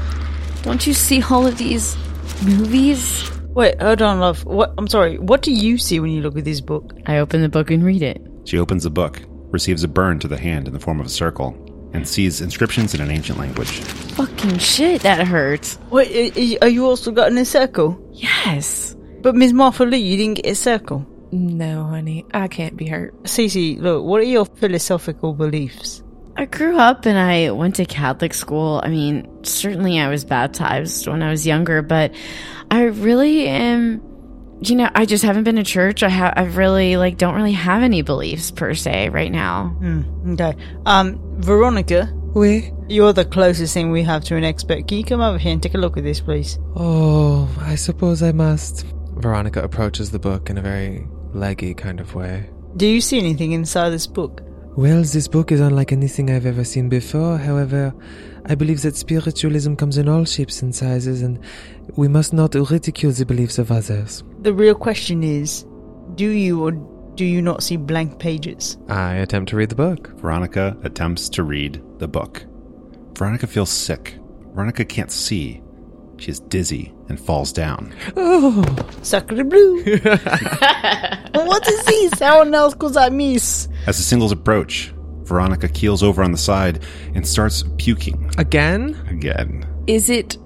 Don't you see all of these movies? Wait, hold on, love. What? I'm sorry. What do you see when you look at this book? I open the book and read it. She opens the book, receives a burn to the hand in the form of a circle, and sees inscriptions in an ancient language. Fucking shit, that hurts. Wait, are- are you- are you also gotten a circle? Yes. But Miss Martha Lee, you didn't get a circle. No, honey, I can't be hurt. Cece, look, what are your philosophical beliefs? I grew up and I went to Catholic school. I mean, certainly I was baptized when I was younger, but I really am you know, I just haven't been to church. I have I really like don't really have any beliefs per se right now. Okay. Um, Veronica, Oui? you're the closest thing we have to an expert. Can you come over here and take a look at this, please? Oh, I suppose I must. Veronica approaches the book in a very leggy kind of way. Do you see anything inside this book? Well, this book is unlike anything I've ever seen before. However, I believe that spiritualism comes in all shapes and sizes, and we must not ridicule the beliefs of others. The real question is, do you or do you not see blank pages? I attempt to read the book. Veronica attempts to read the book. Veronica feels sick. Veronica can't see. She is dizzy and falls down. Sacre bleu. what is this? How else could I miss? As the singles approach, Veronica keels over on the side and starts puking Again? again. Is it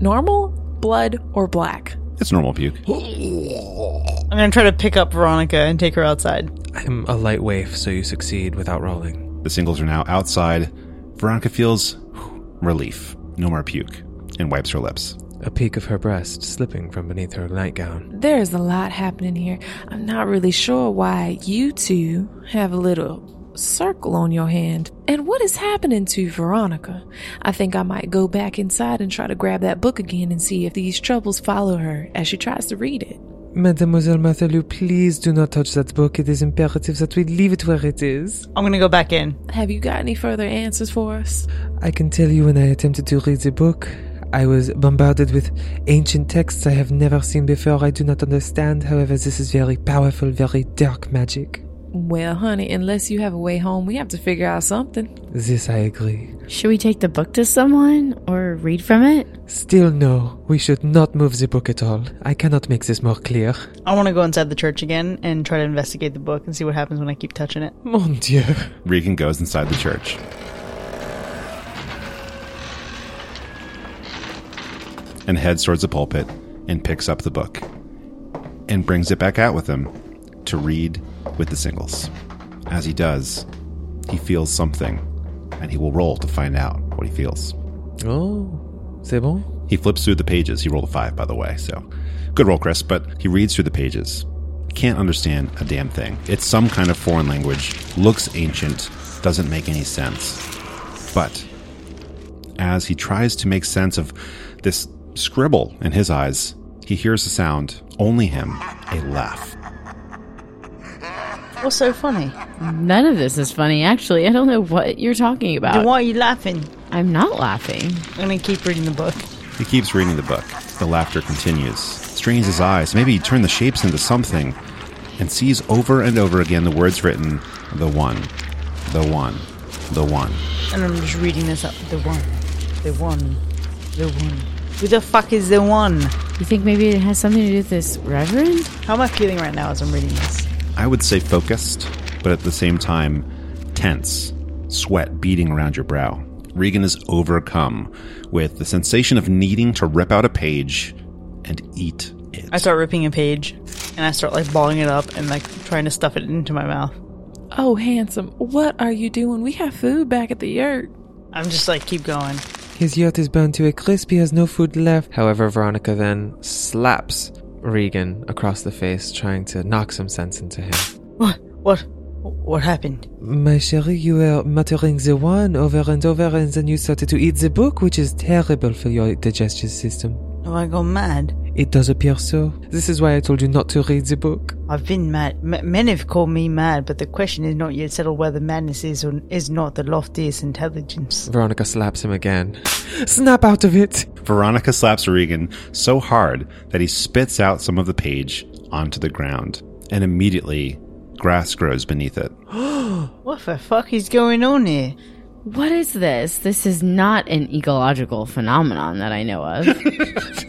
normal, blood, or black? It's normal puke. I'm gonna try to pick up Veronica and take her outside. I'm a light waif, so you succeed without rolling. The singles are now outside. Veronica feels whew, relief. No more puke. And wipes her lips. A peak of her breast slipping from beneath her nightgown. There is a lot happening here. I'm not really sure why you two have a little circle on your hand. And what is happening to Veronica? I think I might go back inside and try to grab that book again and see if these troubles follow her as she tries to read it. Mademoiselle Mathelou, please do not touch that book. It is imperative that we leave it where it is. I'm gonna go back in. Have you got any further answers for us? I can tell you when I attempted to read the book, I was bombarded with ancient texts I have never seen before. I do not understand. However, this is very powerful, very dark magic. Well, honey, unless you have a way home, we have to figure out something. This I agree. Should we take the book to someone or read from it? Still, no. We should not move the book at all. I cannot make this more clear. I want to go inside the church again and try to investigate the book and see what happens when I keep touching it. Mon Dieu. Regan goes inside the church. And heads towards the pulpit and picks up the book and brings it back out with him to read with the singles. As he does, he feels something and he will roll to find out what he feels. Oh, c'est bon? He flips through the pages. He rolled a five, by the way, so good roll, Chris. But he reads through the pages. Can't understand a damn thing. It's some kind of foreign language. Looks ancient. Doesn't make any sense. But as he tries to make sense of this scribble in his eyes. He hears a sound, only him, a laugh. What's Oh, so funny? None of this is funny, actually. I don't know what you're Then talking about. why are you laughing? I'm not laughing. I'm gonna keep reading the book. He keeps reading the book. The laughter continues, strains his eyes, maybe he turned the shapes into something, and sees over and over again the words written the one, the one, the one. And I'm just reading this up. The one. The one. The one. Who the fuck is the one? You think maybe it has something to do with this reverend? How am I feeling right now as I'm reading this? I would say focused, but at the same time, tense, sweat beading around your brow. Regan is overcome with the sensation of needing to rip out a page and eat it. I start ripping a page and I start like balling it up and like trying to stuff it into my mouth. Oh, handsome, what are you doing? We have food back at the yurt. I'm just like, keep going. His yacht is burned to a crisp. He has no food left. However, Veronica then slaps Regan across the face, trying to knock some sense into him. What? What? What happened? My chérie, you were muttering the one over and over, and then you started to eat the book, which is terrible for your digestive system. Have I gone mad? It does appear so. This is why I told you not to read the book. I've been mad. M- men have called me mad, but the question is not yet settled whether madness is or is not the loftiest intelligence. Veronica slaps him again. Snap out of it! Veronica slaps Regan so hard that he spits out some of the page onto the ground, and immediately grass grows beneath it. What the fuck is going on here? What is this? This is not an ecological phenomenon that I know of.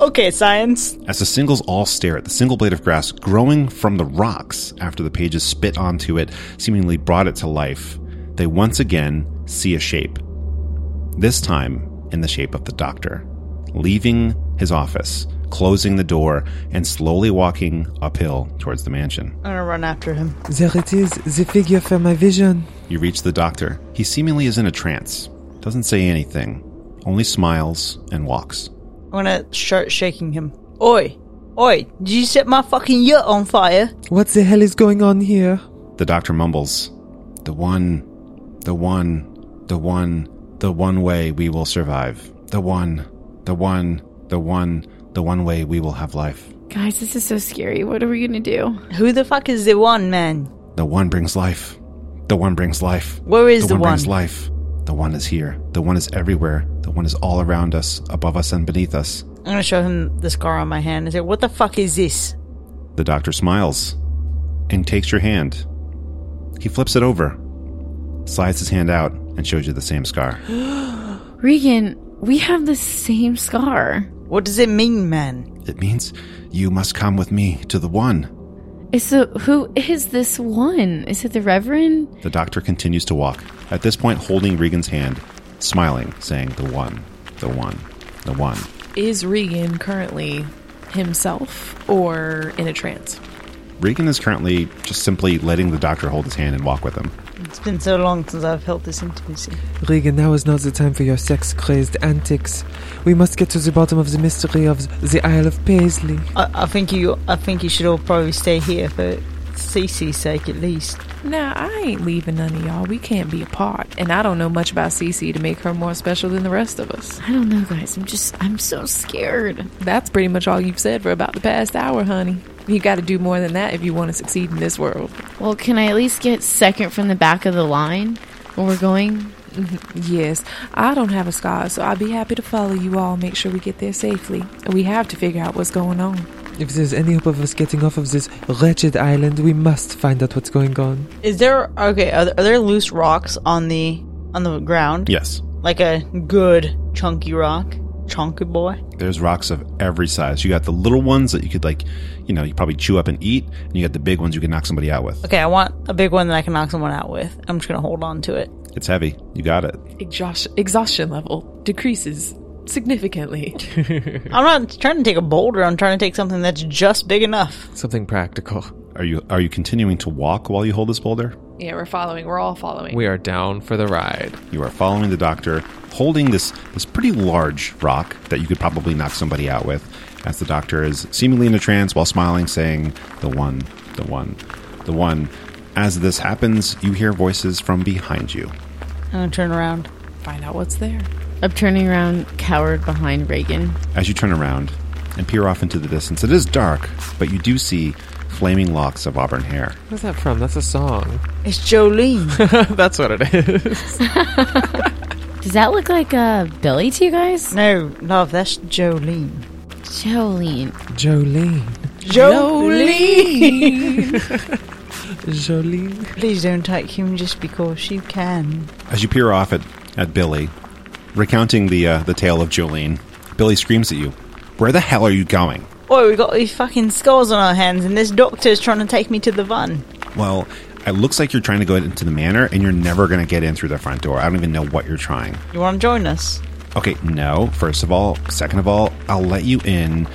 Okay, science. As the singles all stare at the single blade of grass growing from the rocks after the pages spit onto it, seemingly brought it to life, they once again see a shape. This time in the shape of the doctor, leaving his office, closing the door, and slowly walking uphill towards the mansion. I'm gonna run after him. There it is, the figure from my vision. You reach the doctor. He seemingly is in a trance, doesn't say anything, only smiles and walks. I'm gonna start shaking him. Oi! Oi! Did you set my fucking yacht on fire? What the hell is going on here? The doctor mumbles, The one, the one, the one, the one way we will survive. The one, the one, the one, the one way we will have life. Guys, this is so scary. What are we going to do? Who the fuck is the one, man? The one brings life. The one brings life. Where is the one brings one? life. The one is here. The one is everywhere. The one is all around us, above us and beneath us. I'm gonna show him the scar on my hand and say, What the fuck is this? The doctor smiles and takes your hand. He flips it over, slides his hand out, and shows you the same scar. Regan, we have the same scar. What does it mean, man? It means you must come with me to the one. Is the who is this one? Is it the Reverend? The doctor continues to walk, at this point holding Regan's hand, smiling, saying, The one, the one, the one. Is Regan currently himself or in a trance? Regan is currently just simply letting the doctor hold his hand and walk with him. It's been so long since I've felt this intimacy. Regan, now is not the time for your sex crazed antics. We must get to the bottom of the mystery of the Isle of Paisley. I, I think you I think you should all probably stay here for Cece's sake at least. Nah, I ain't leaving none of y'all. We can't be apart. And I don't know much about Cece to make her more special than the rest of us. I don't know, guys. I'm just I'm so scared. That's pretty much all you've said for about the past hour, honey. You got to do more than that if you want to succeed in this world. Well, can I at least get second from the back of the line where we're going? Yes, I don't have a scar, so I'd be happy to follow you all. Make sure we get there safely. We have to figure out what's going on. If there's any hope of us getting off of this wretched island, we must find out what's going on. Is there okay? Are there, are there loose rocks on the on the ground? Yes, like a good chunky rock, chunky boy. there's rocks of every size. You got the little ones that you could, like, you know, you probably chew up and eat, and you got the big ones you can knock somebody out with. Okay, I want a big one that I can knock someone out with. I'm just gonna hold on to it. It's heavy. You got it. Exhaustion, exhaustion level decreases significantly. I'm not trying to take a boulder. I'm trying to take something that's just big enough. Something practical. Are you are you continuing to walk while you hold this boulder? yeah, we're following. We're all following. We are down for the ride. You are following the doctor, holding this this pretty large rock that you could probably knock somebody out with, as the doctor is seemingly in a trance while smiling, saying, "The one, the one, the one." As this happens, you hear voices from behind you. I'm gonna turn around. Find out what's there. I'm turning around, cowered behind Reagan. As you turn around and peer off into the distance, it is dark, but you do see flaming locks of auburn hair. Where's that from? That's a song. It's Jolene. That's what it is. Does that look like uh, Billy to you guys? no, love, that's Jolene. Jolene. Jolene. Jolene! Jolene. Please don't take him just because you can. As you peer off at, at Billy, recounting the uh, the tale of Jolene, Billy screams at you, "Where the hell are you going?" Oh, we got these fucking scars on our hands, and this doctor's trying to take me to the van. Well, it looks like you're trying to go into the manor, and you're never going to get in through the front door. I don't even know what you're trying. You want to join us? Okay, no. First of all, second of all, I'll let you in.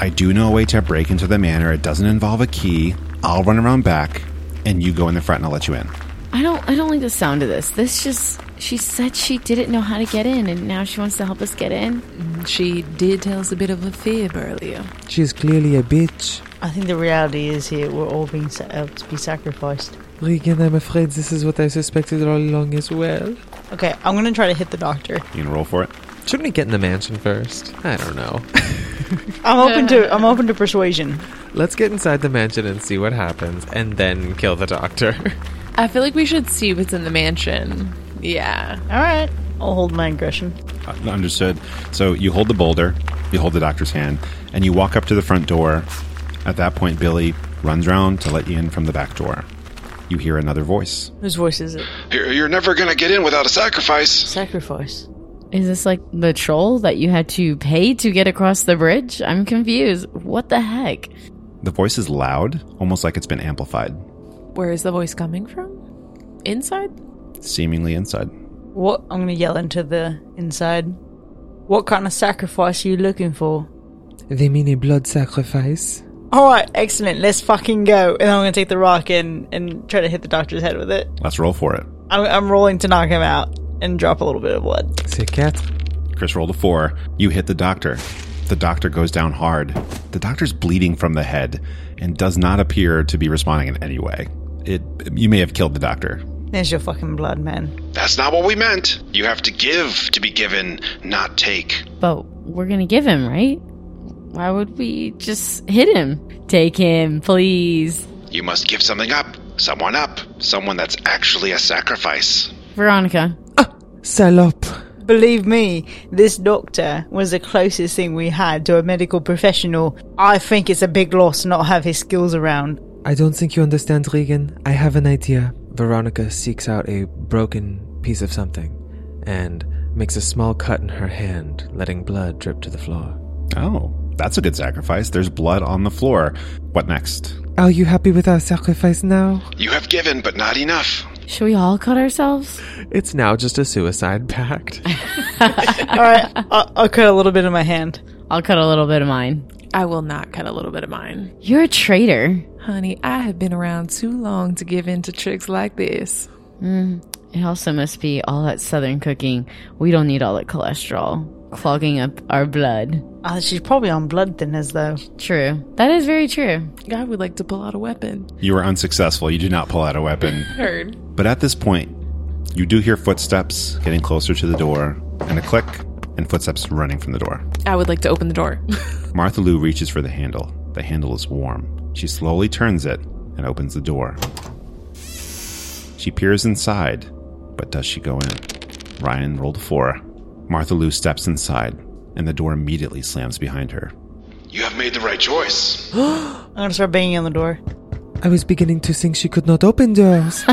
I do know a way to break into the manor. It doesn't involve a key. I'll run around back, and you go in the front, and I'll let you in. I don't. I don't like the sound of this. This just. She said she didn't know how to get in, and now she wants to help us get in. She did tell us a bit of a fib earlier. She's clearly a bitch. I think the reality is here we're all being set up to be sacrificed. Regan, I'm afraid this is what I suspected all along as well. Okay, I'm gonna try to hit the doctor. You can roll for it. Shouldn't we get in the mansion first? I don't know. I'm open to I'm open to persuasion. Let's get inside the mansion and see what happens, and then kill the doctor. I feel like we should see what's in the mansion. Yeah. All right, I'll hold my aggression. Uh, Understood. So you hold the boulder, you hold the doctor's hand, and you walk up to the front door. At that point, Billy runs around to let you in from the back door. You hear another voice. Whose voice is it? You're you're never gonna get in without a sacrifice. Sacrifice. Is this like the troll that you had to pay to get across the bridge? I'm confused. What the heck? The voice is loud, almost like it's been amplified, Where is the voice coming from? Inside? seemingly inside. What? I'm gonna yell into the inside. What kind of sacrifice are you looking for? They mean a blood sacrifice. All right, excellent. Let's fucking go. And I'm gonna take the rock and and try to hit the doctor's head with it. Let's roll for it. I'm, I'm rolling to knock him out and drop a little bit of blood. C'est quatre. Chris rolled a four. You hit the doctor. The doctor goes down hard. The doctor's bleeding from the head and does not appear to be responding in any way. It, you may have killed the doctor. There's your fucking blood, man. That's not what we meant. You have to give to be given, not take. But we're gonna give him, right? Why would we just hit him? Take him, please. You must give something up, someone up, someone that's actually a sacrifice. Veronica. Salope. Believe me, this doctor was the closest thing we had to a medical professional. I think it's a big loss not have his skills around. I don't think you understand, Regan. I have an idea. Veronica seeks out a broken piece of something and makes a small cut in her hand, letting blood drip to the floor. Oh, that's a good sacrifice. There's blood on the floor. What next? Are you happy with our sacrifice now? You have given, but not enough. Should we all cut ourselves? It's now just a suicide pact. All right, I- I'll cut a little bit of my hand. I'll cut a little bit of mine. I will not cut a little bit of mine. You're a traitor. Honey, I have been around too long to give in to tricks like this. It also must be all that southern cooking. We don't need all that cholesterol clogging up our blood. Ah, she's probably on blood thinners though. True. That is very true. I would like to pull out a weapon. You are unsuccessful. You do not pull out a weapon. Heard. But at this point, you do hear footsteps getting closer to the door and a click and footsteps running from the door. I would like to open the door. Martha Lou reaches for the handle. The handle is warm. She slowly turns it and opens the door. She peers inside, but does she go in? Ryan rolled a four. Martha Lou steps inside, and the door immediately slams behind her. You have made the right choice. I'm gonna start banging on the door. I was beginning to think she could not open doors.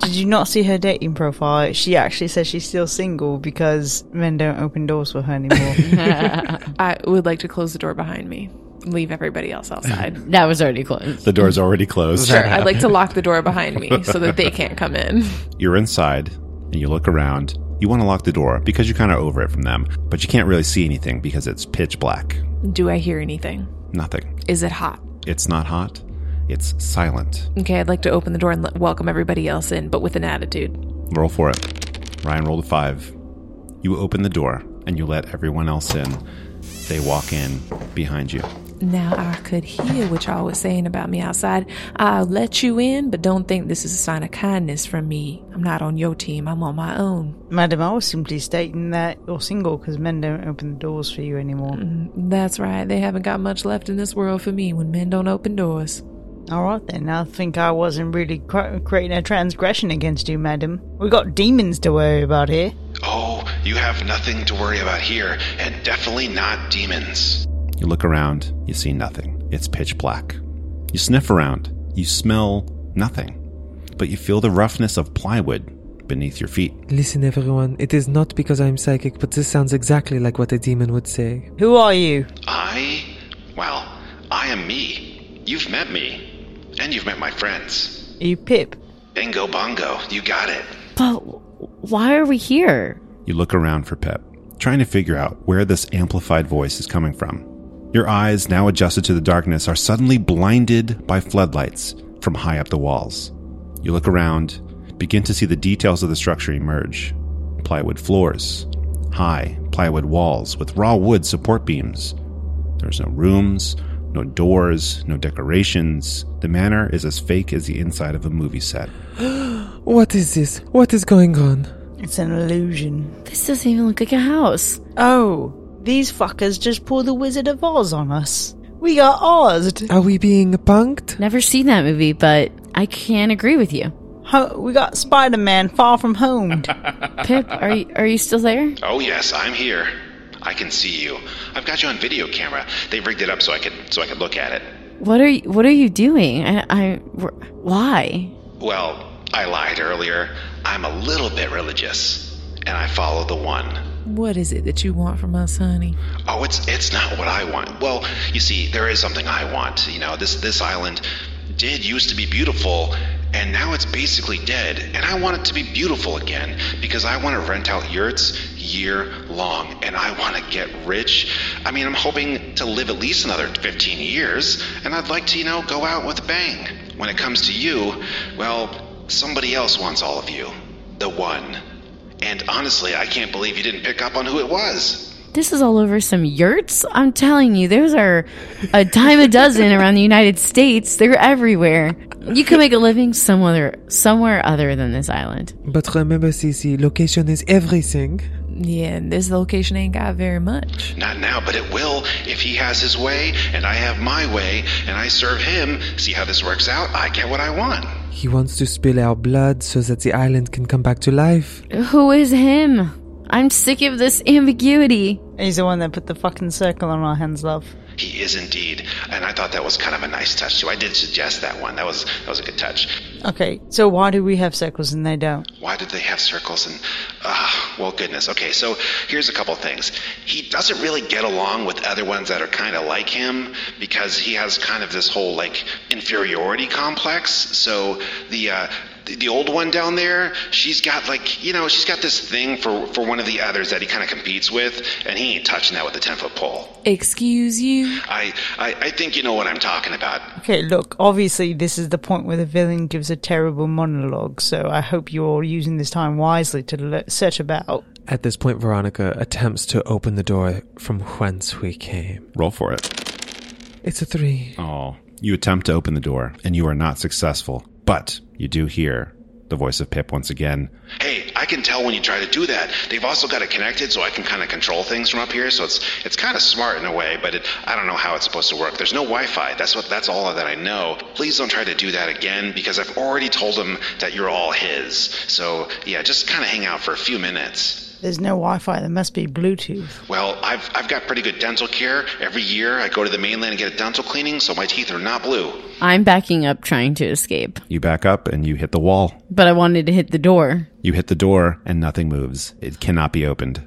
Did you not see her dating profile? She actually says she's still single because men don't open doors for her anymore. I would like to close the door behind me. Leave everybody else outside. That was already closed. The door's already closed. Sure, I'd like to lock the door behind me so that they can't come in. You're inside, and you look around. You want to lock the door because you're kind of over it from them, but you can't really see anything because it's pitch black. Do I hear anything? Nothing. Is it hot? It's not hot. It's silent. Okay, I'd like to open the door and let, welcome everybody else in, but with an attitude. Roll for it. Ryan rolled a five. You open the door and you let everyone else in. They walk in behind you. Now I could hear what y'all was saying about me outside. I'll let you in, but don't think this is a sign of kindness from me. I'm not on your team, I'm on my own. Madam, I was simply stating that you're single because men don't open the doors for you anymore. That's right, they haven't got much left in this world for me when men don't open doors. All right then, I think I wasn't really cr- creating a transgression against you, madam. We got demons to worry about here. Oh, you have nothing to worry about here, and definitely not demons. You look around, you see nothing. It's pitch black. You sniff around, you smell nothing. But you feel the roughness of plywood beneath your feet. Listen, everyone, it is not because I'm psychic, but this sounds exactly like what a demon would say. Who are you? I. Well, I am me. You've met me, and you've met my friends. Are you Pip? Bingo bongo, you got it. But why are we here? You look around for Pip, trying to figure out where this amplified voice is coming from. Your eyes, now adjusted to the darkness, are suddenly blinded by floodlights from high up the walls. You look around, begin to see the details of the structure emerge plywood floors, high plywood walls with raw wood support beams. There's no rooms, no doors, no decorations. The manor is as fake as the inside of a movie set. What is this? What is going on? It's an illusion. This doesn't even look like a house. Oh, these fuckers just pulled the Wizard of Oz on us. We got Ozed. Are we being punked? Never seen that movie, but I can agree with you. Ho- we got Spider Man far from home. Pip, are you, are you still there? Oh, yes, I'm here. I can see you. I've got you on video camera. They rigged it up so I could so I could look at it. What are you What are you doing? I, I wh- why? Well, I lied earlier. I'm a little bit religious, and I follow the one. What is it that you want from us, honey? Oh, it's it's not what I want. Well, you see, there is something I want. You know, this this island did used to be beautiful, and now it's basically dead. And I want it to be beautiful again because I want to rent out yurts year long, and I want to get rich. I mean, I'm hoping to live at least another 15 years, and I'd like to, you know, go out with a bang. When it comes to you, well, somebody else wants all of you. The one. And honestly, I can't believe you didn't pick up on who it was. This is all over some yurts. I'm telling you, those are a dime a dozen around the United States. They're everywhere. You can make a living some other, somewhere other than this island. But remember, Cece, location is everything. Yeah, this location ain't got very much. Not now, but it will if he has his way and I have my way and I serve him. See how this works out? I get what I want. He wants to spill our blood so that the island can come back to life. Who is him? I'm sick of this ambiguity. He's the one that put the fucking circle on our hands, love. He is indeed. And I thought that was kind of a nice touch too. I did suggest that one. That was that was a good touch. Okay, so why do we have circles and they don't? Why did they have circles and ah, well goodness. Okay, so here's a couple things. He doesn't really get along with other ones that are kind of like him because he has kind of this whole like inferiority complex. So the uh the, the old one down there, she's got like you know she's got this thing for for one of the others that he kind of competes with, and he ain't touching that with a ten foot pole. Excuse you? I, I I think you know what I'm talking about. Okay, look, obviously this is the point where the villain gives a terrible monologue, so I hope you're using this time wisely to le- search about. At this point, Veronica attempts to open the door from whence we came. Roll for it. It's a three. Oh. You attempt to open the door, and you are not successful. But you do hear the voice of Pip once again. Hey, I can tell when you try to do that. They've also got it connected, so I can kind of control things from up here. So it's it's kind of smart in a way, but it, I don't know how it's supposed to work. There's no Wi-Fi. That's what that's all that I know. Please don't try to do that again because I've already told him that you're all his. So yeah, just kind of hang out for a few minutes. There's no Wi Fi, there must be Bluetooth. Well, I've I've got pretty good dental care. Every year I go to the mainland and get a dental cleaning, so my teeth are not blue. I'm backing up trying to escape, You back up and you hit the wall. but I wanted to hit the door. You hit the door and nothing moves. It cannot be opened.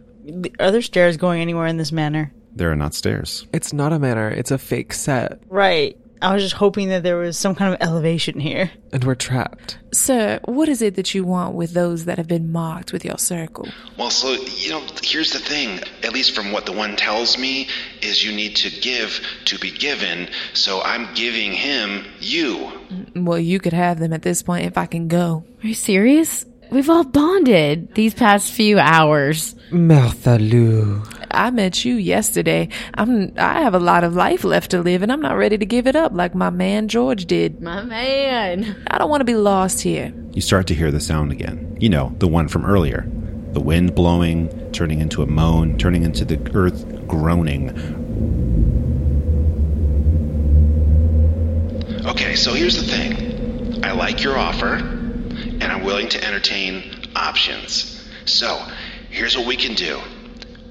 Are there stairs going anywhere in this manor? There are not stairs. It's not a manor, it's a fake set, Right. I was just hoping that there was some kind of elevation here. and we're trapped. Sir, what is it that you want with those that have been marked with your circle? Well, so, you know, here's the thing, at least from what the one tells me, is you need to give to be given, so I'm giving him you. Well, you could have them at this point if I can go. Are you serious? We've all bonded these past few hours. Martha Lou. I met you yesterday. I'm, I have a lot of life left to live and I'm not ready to give it up like my man George did. My man. I don't want to be lost here. You start to hear the sound again. You know, the one from earlier. The wind blowing, turning into a moan, turning into the earth groaning. Okay, so here's the thing I like your offer, and I'm willing to entertain options. So here's what we can do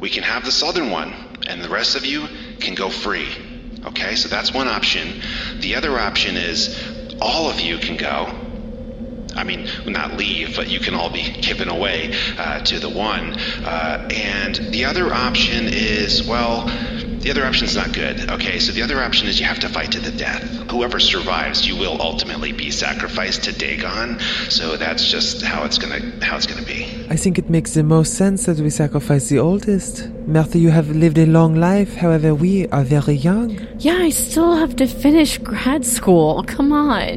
we can have the southern one, and the rest of you can go free. Okay, so that's one option. The other option is all of you can go. I mean, not leave, but you can all be given away uh, to the one. Uh, and the other option is, well, the other option's not good. Okay, so the other option is you have to fight to the death. Whoever survives, you will ultimately be sacrificed to Dagon. So that's just how it's gonna how it's gonna be. I think it makes the most sense that we sacrifice the oldest. Martha, you have lived a long life, however, we are very young. Yeah, I still have to finish grad school. Come on.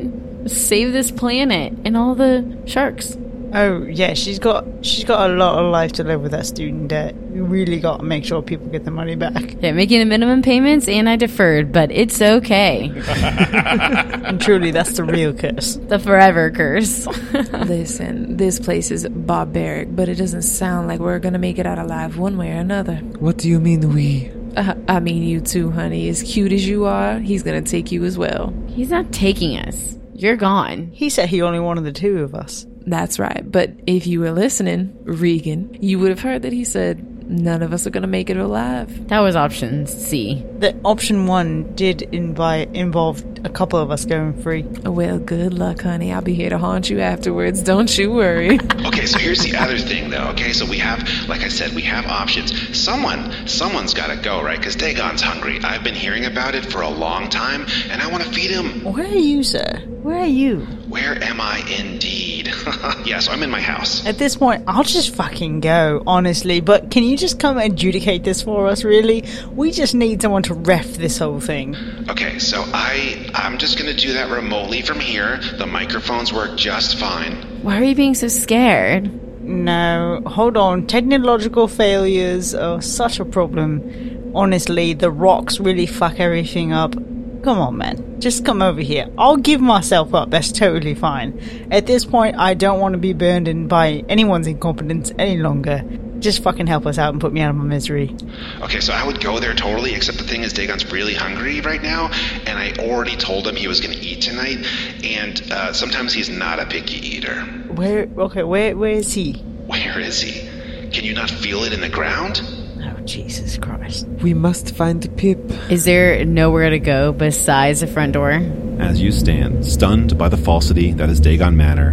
Save this planet and all the sharks. Oh yeah, she's got she's got a lot of life to live with that student debt. We really got to make sure people get the money back. They're making the minimum payments and I deferred, but it's okay. and truly, that's the real curse. The forever curse. Listen, this place is barbaric, but it doesn't sound like we're gonna make it out alive one way or another. What do you mean we? Uh, I mean, you too, honey. As cute as you are, he's gonna take you as well. He's not taking us. You're gone. He said he only wanted the two of us. That's right. But if you were listening, Regan, you would have heard that he said, None of us are going to make it alive. That was option C. The option one did invite involve a couple of us going free. Well, good luck, honey. I'll be here to haunt you afterwards. Don't you worry. Okay, so here's the other thing, though. Okay, so we have, like I said, we have options. Someone, someone's got to go, right? Because Dagon's hungry. I've been hearing about it for a long time, and I want to feed him. Where are you, sir? Where are you? Where am I indeed? yes, I'm in my house. At this point, I'll just fucking go, honestly. But can you just come adjudicate this for us, really? We just need someone to ref this whole thing. Okay, so I I'm just gonna do that remotely from here. The microphones work just fine. Why are you being so scared? No, hold on. Technological failures are such a problem. Honestly, the rocks really fuck everything up. Come on, man. Just come over here. I'll give myself up. That's totally fine. At this point, I don't want to be burdened by anyone's incompetence any longer. Just fucking help us out and put me out of my misery. Okay, so I would go there totally, except the thing is, Dagon's really hungry right now, and I already told him he was gonna eat tonight. And uh, sometimes he's not a picky eater. Where? Okay, where? Where is he? Where is he? Can you not feel it in the ground? Oh Jesus Christ! We must find Pip. Is there nowhere to go besides the front door? As you stand, stunned by the falsity that is Dagon Manor,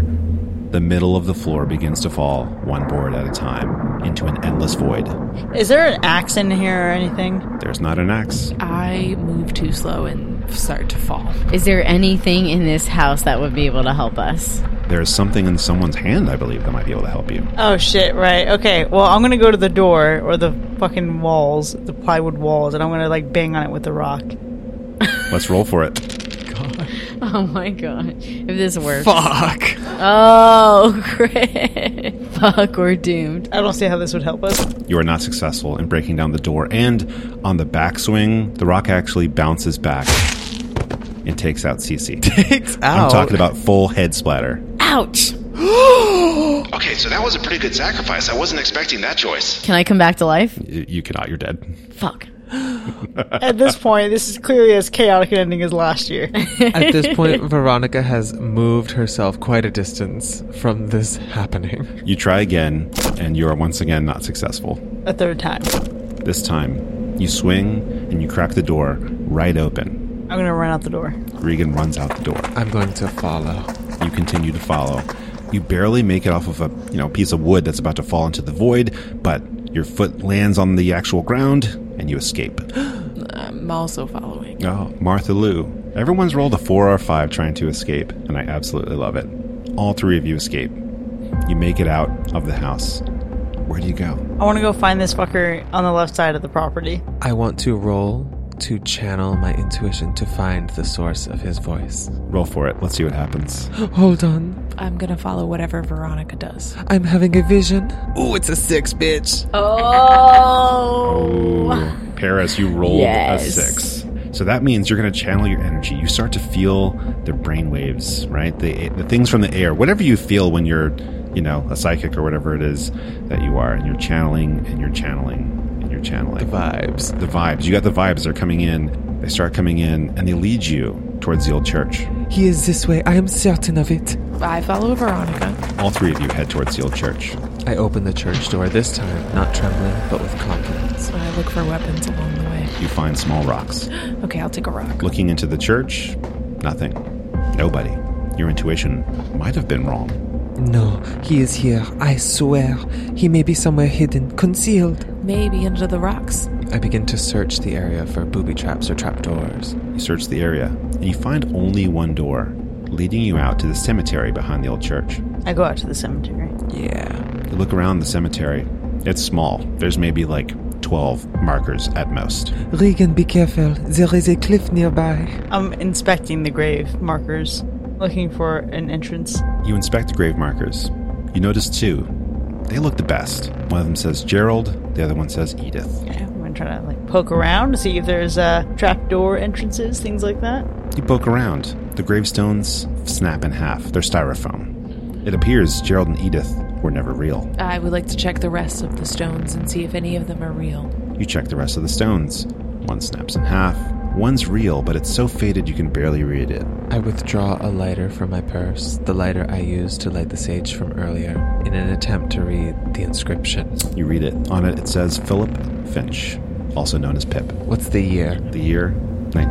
the middle of the floor begins to fall, one board at a time, into an endless void. Is there an axe in here or anything? There's not an axe. I move too slow and start to fall. Is there anything in this house that would be able to help us? There's something in someone's hand, I believe, that might be able to help you. Oh shit! Right. Okay. Well, I'm gonna go to the door or the fucking walls, the plywood walls, and I'm gonna like bang on it with the rock. Let's roll for it. Oh my god. If this works. Fuck. Oh, great. Fuck, we're doomed. I don't see how this would help us. You are not successful in breaking down the door, and on the backswing, the rock actually bounces back and takes out Cece. Takes I'm out. talking about full head splatter. Ouch. Okay, so that was a pretty good sacrifice. I wasn't expecting that choice. Can I come back to life? Y- You cannot, you're dead. Fuck. At this point, this is clearly as chaotic an ending as last year. At this point, Veronica has moved herself quite a distance from this happening. You try again, and you are once again not successful. A third time. This time, you swing and you crack the door right open. I'm gonna run out the door. Regan runs out the door. I'm going to follow. You continue to follow. You barely make it off of a you know piece of wood that's about to fall into the void, but your foot lands on the actual ground and you escape. I'm also following. Oh, Martha Lou. Everyone's rolled a four or five trying to escape, and I absolutely love it. All three of you escape. You make it out of the house. Where do you go? I want to go find this fucker on the left side of the property. I want to roll to channel my intuition to find the source of his voice. Roll for it. Let's see what happens. Hold on. I'm gonna follow whatever Veronica does. I'm having a vision. Ooh, it's a six, bitch. Oh. Ooh, Paris, you rolled a Yes. six. So that means you're going to channel your energy. You start to feel the brain waves, right? The, eh, the things from the air, whatever you feel when you're, you know, a psychic or whatever it is that you are. And you're channeling and you're channeling and you're The channeling. vibes. The vibes. You got the vibes. They're coming in. They start coming in and they lead you towards the old church. He is this way. I am certain of it. I follow Veronica. All three of you head towards the old church. I open the church door this time, not trembling, but with confidence. I look for weapons along the way. You find small rocks. Okay, I'll take a rock. Looking into the church, nothing. Nobody. Your intuition might have been wrong. No, he is here. I swear. He may be somewhere hidden, concealed. Maybe under the rocks. I begin to search the area for booby traps or trapdoors. You search the area, and you find only one door, leading you out to the cemetery behind the old church. I go out to the cemetery. Yeah. You look around the cemetery. It's small. There's maybe like 12 markers at most. Regan, be careful. There is a cliff nearby. I'm inspecting the grave markers, looking for an entrance. You inspect the grave markers. You notice two. They look the best. One of them says Gerald, the other one says Edith. I'm gonna try to like poke around to see if there's uh, trapdoor entrances, things like that. You poke around. The gravestones snap in half. They're styrofoam. It appears Gerald and Edith were never real. I would like to check the rest of the stones and see if any of them are real. You check the rest of the stones. One snaps in half. One's real, but it's so faded you can barely read it. I withdraw a lighter from my purse, the lighter I used to light the sage from earlier, in an attempt to read the inscription. You read it. On it, it says Philip Finch, also known as Pip. What's the year? The year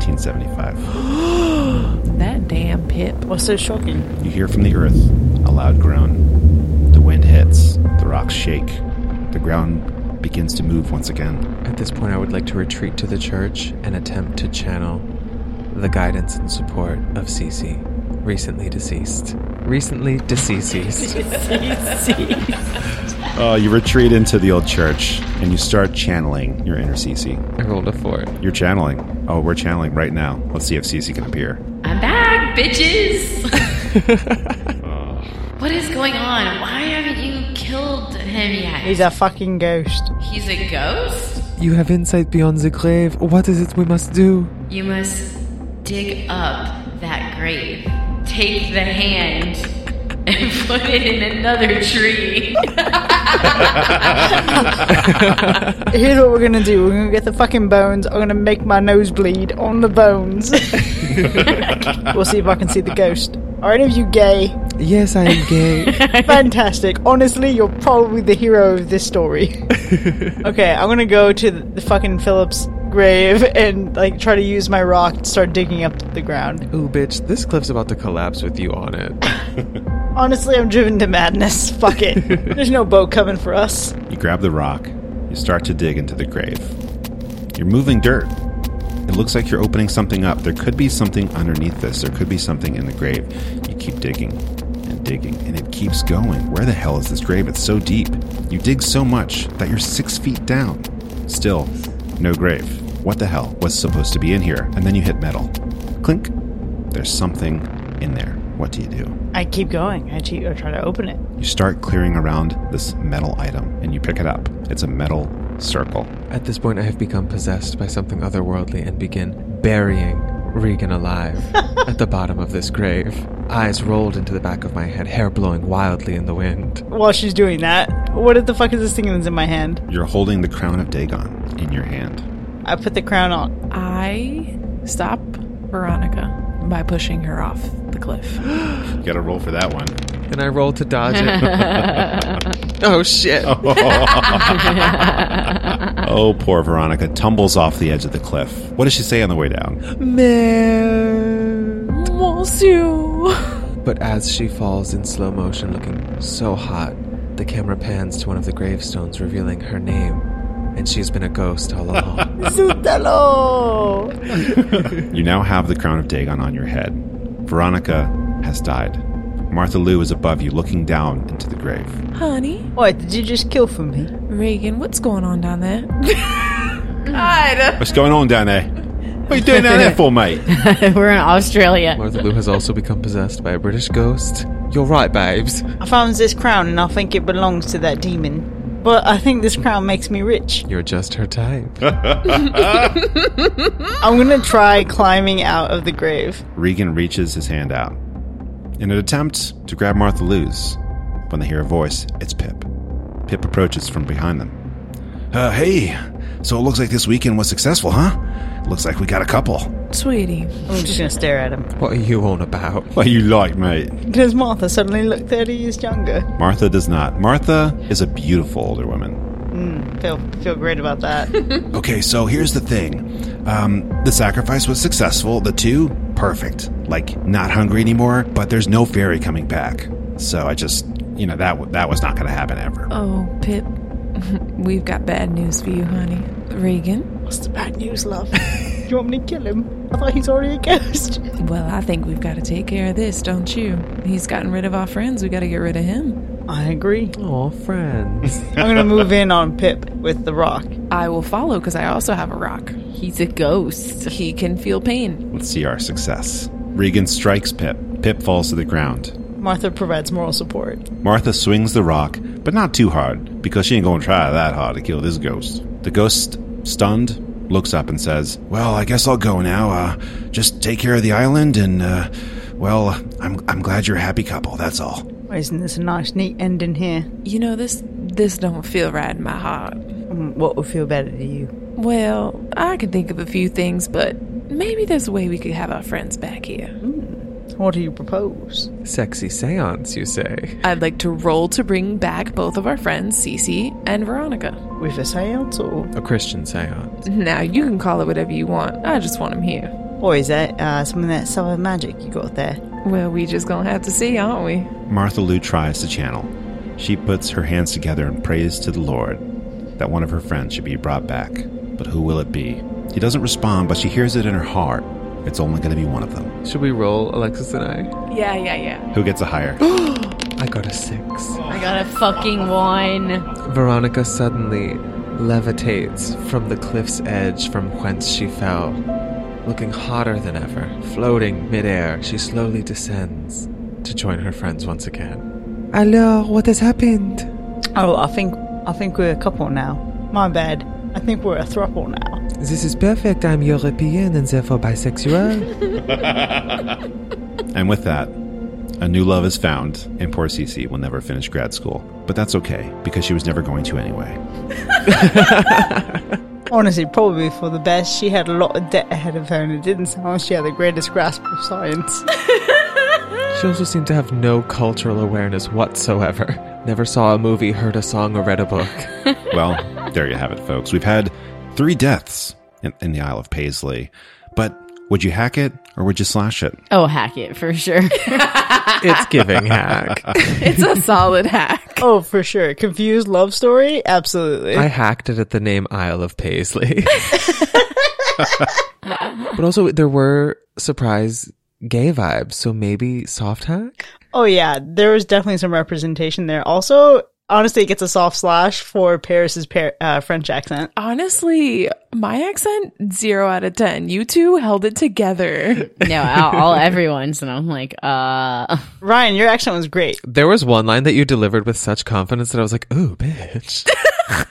1975. That damn pip. What's so shocking? You hear from the earth a loud groan. The wind hits. The rocks shake. The ground begins to move once again. At this point, I would like to retreat to the church and attempt to channel the guidance and support of Cece, recently deceased. Recently deceased. Oh, you retreat into the old church and you start channeling your inner Cece. I rolled a four. You're channeling. Oh, we're channeling right now. Let's see if Cece can appear. I'm back, bitches. what is going on? Why haven't you killed him yet? He's a fucking ghost. He's a ghost? You have insight beyond the grave. What is it we must do? You must dig up that grave. Take the hand and put it in another tree. Here's what we're gonna do. We're gonna get the fucking bones. I'm gonna make my nose bleed on the bones. we'll see if I can see the ghost. Are any of you gay? Yes, I am gay. Fantastic. Honestly, you're probably the hero of this story. okay, I'm gonna go to the fucking Phillips grave and like try to use my rock to start digging up the ground. Ooh, bitch, this cliff's about to collapse with you on it. Honestly, I'm driven to madness. Fuck it. There's no boat coming for us. You grab the rock, you start to dig into the grave. You're moving dirt. It looks like you're opening something up. There could be something underneath this, there could be something in the grave. You keep digging and digging, and it keeps going. Where the hell is this grave? It's so deep. You dig so much that you're six feet down. Still, no grave. What the hell was supposed to be in here? And then you hit metal. Clink. There's something in there. What do you do? I keep going. I, cheat, I try to open it. You start clearing around this metal item and you pick it up. It's a metal circle. At this point, I have become possessed by something otherworldly and begin burying Regan alive at the bottom of this grave. Eyes rolled into the back of my head, hair blowing wildly in the wind. While she's doing that, what the fuck is this thing that's in my hand? You're holding the crown of Dagon in your hand. I put the crown on. I stop Veronica by pushing her off the cliff. You gotta roll for that one. And I roll to dodge it. oh, shit. Oh, poor Veronica tumbles off the edge of the cliff. What does she say on the way down? Man. Monsieur! But as she falls in slow motion, looking so hot, the camera pans to one of the gravestones, revealing her name. And she's been a ghost all along. Sutalo! You now have the crown of Dagon on your head. Veronica has died. Martha Lou is above you, looking down into the grave. Honey, Wait, did you just kill for me? Reagan, what's going on down there? What's going on down there? What are you doing down there for, mate? We're in Australia. Martha Lou has also become possessed by a British ghost. You're right, babes. I found this crown and I think it belongs to that demon. But I think this crown makes me rich. You're just her type. I'm gonna try climbing out of the grave. Regan reaches his hand out in an attempt to grab Martha Lou's. When they hear a voice, it's Pip. Pip approaches from behind them. Uh, hey, so it looks like this weekend was successful, huh? Looks like we got a couple. Sweetie, I'm just gonna stare at him. What are you on about? What you like, mate? Does Martha suddenly look 30 years younger? Martha does not. Martha is a beautiful older woman. Feel feel great about that. Okay, so here's the thing. Um, the sacrifice was successful. The two, perfect. Like, not hungry anymore, but there's no fairy coming back. So I just, you know, that, w- that was not going to happen ever. oh Pip, we've got bad news for you, honey. Regan, What's the bad news, love? Do you want me to kill him? I thought he's already a ghost. well, I think we've got to take care of this, don't you? He's gotten rid of our friends. We got to get rid of him. I agree. Aw, friends. I'm gonna move in on Pip with the rock. I will follow because I also have a rock. He's a ghost. He can feel pain. Let's see our success. Regan strikes Pip. Pip falls to the ground. Martha provides moral support. Martha swings the rock, but not too hard, because she ain't gonna try that hard to kill this ghost. The ghost, stunned, looks up and says, Well, I guess I'll go now. Uh, just take care of the island, and, uh, well, I'm, I'm glad you're a happy couple, that's all. Isn't this a nice, neat ending here? You know this. This don't feel right in my heart. Mm, What would feel better to you? Well, I can think of a few things, but maybe there's a way we could have our friends back here. What do you propose? Sexy seance, you say? I'd like to roll to bring back both of our friends, Cece and Veronica. With a seance or? A Christian seance. Now, you can call it whatever you want. I just want them here. Or is that uh, some of that silver magic you got there? Well, we just gonna have to see, aren't we? Martha Lou tries to channel. She puts her hands together and prays to the Lord that one of her friends should be brought back. But who will it be? He doesn't respond, but she hears it in her heart. It's only gonna be one of them. Should we roll, Alexis and I? Yeah, yeah, yeah. Who gets a higher? I got a six. I got a fucking one. Veronica suddenly levitates from the cliff's edge from whence she fell. Looking hotter than ever, floating midair, she slowly descends to join her friends once again. Alors, what has happened? Oh, I think I think we're a couple now. My bad. I think we're a throuple now. This is perfect. I'm European and therefore bisexual. And with that, a new love is found, and poor Cece will never finish grad school. But that's okay, because she was never going to anyway. Honestly, probably for the best. She had a lot of debt ahead of her, and it didn't sound like she had the greatest grasp of science. She also seemed to have no cultural awareness whatsoever. Never saw a movie, heard a song, or read a book. Well, there you have it, folks. We've had three deaths in, in the Isle of Paisley. But would you hack it or would you slash it? Oh, hack it for sure. it's giving hack. It's a solid hack. oh, for sure. Confused love story? Absolutely. I hacked it at the name Isle of Paisley. but also, there were surprise gay vibes, so maybe soft hack? oh yeah, there was definitely some representation there. Also, honestly, it gets a soft slash for Paris's par- uh, French accent. Honestly, my accent, zero out of ten. You two held it together. no, all, all everyone's, and I'm like, uh, Ryan, your accent was great. There was one line that you delivered with such confidence that I was like, ooh, bitch.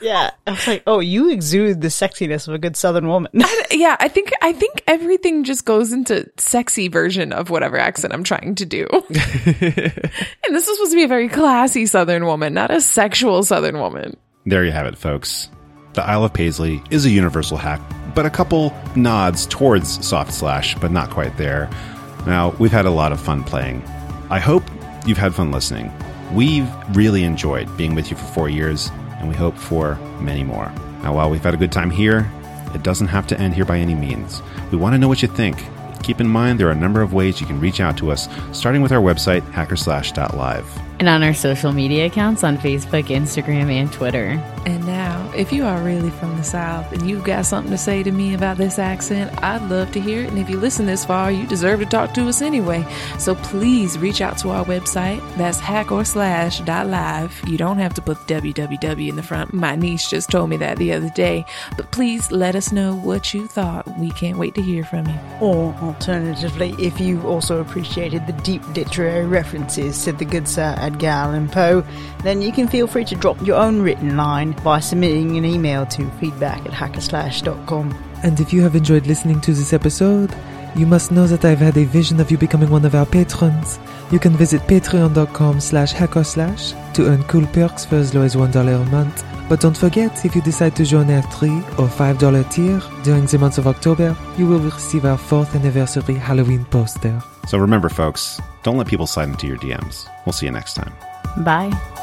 Yeah, I was like, oh, you exude the sexiness of a good Southern woman. yeah, I think I think everything just goes into sexy version of whatever accent I'm trying to do. and this was supposed to be a very classy Southern woman, not a sexual Southern woman. There you have it, folks. The Isle of Paisley is a universal hack, but a couple nods towards soft slash, but not quite there. Now, we've had a lot of fun playing. I hope you've had fun listening. We've really enjoyed being with you for four years, and we hope for many more. Now, while we've had a good time here, it doesn't have to end here by any means. We want to know what you think. Keep in mind there are a number of ways you can reach out to us, starting with our website, hackerslash.live. and on our social media accounts on Facebook, Instagram, and Twitter. And now If you are really from the South and you've got something to say to me about this accent, I'd love to hear it. And if you listen this far, you deserve to talk to us anyway. So please reach out to our website. That's hack or slash dot live. You don't have to put www in the front. My niece just told me that the other day. But please let us know what you thought. We can't wait to hear from you. Or alternatively, if you also appreciated the deep literary references to the good Sir Edgar Allan Poe, then you can feel free to drop your own written line by submitting an email to feedback at hackerslash.com. And if you have enjoyed listening to this episode, you must know that I've had a vision of you becoming one of our patrons. You can visit patreon.com slash hacker slash to earn cool perks for as low as $1 a month. But don't forget, if you decide to join our 3 or $5 tier during the month of October, you will receive our 4th anniversary Halloween poster. So remember, folks, don't let people slide into your DMs. We'll see you next time. Bye.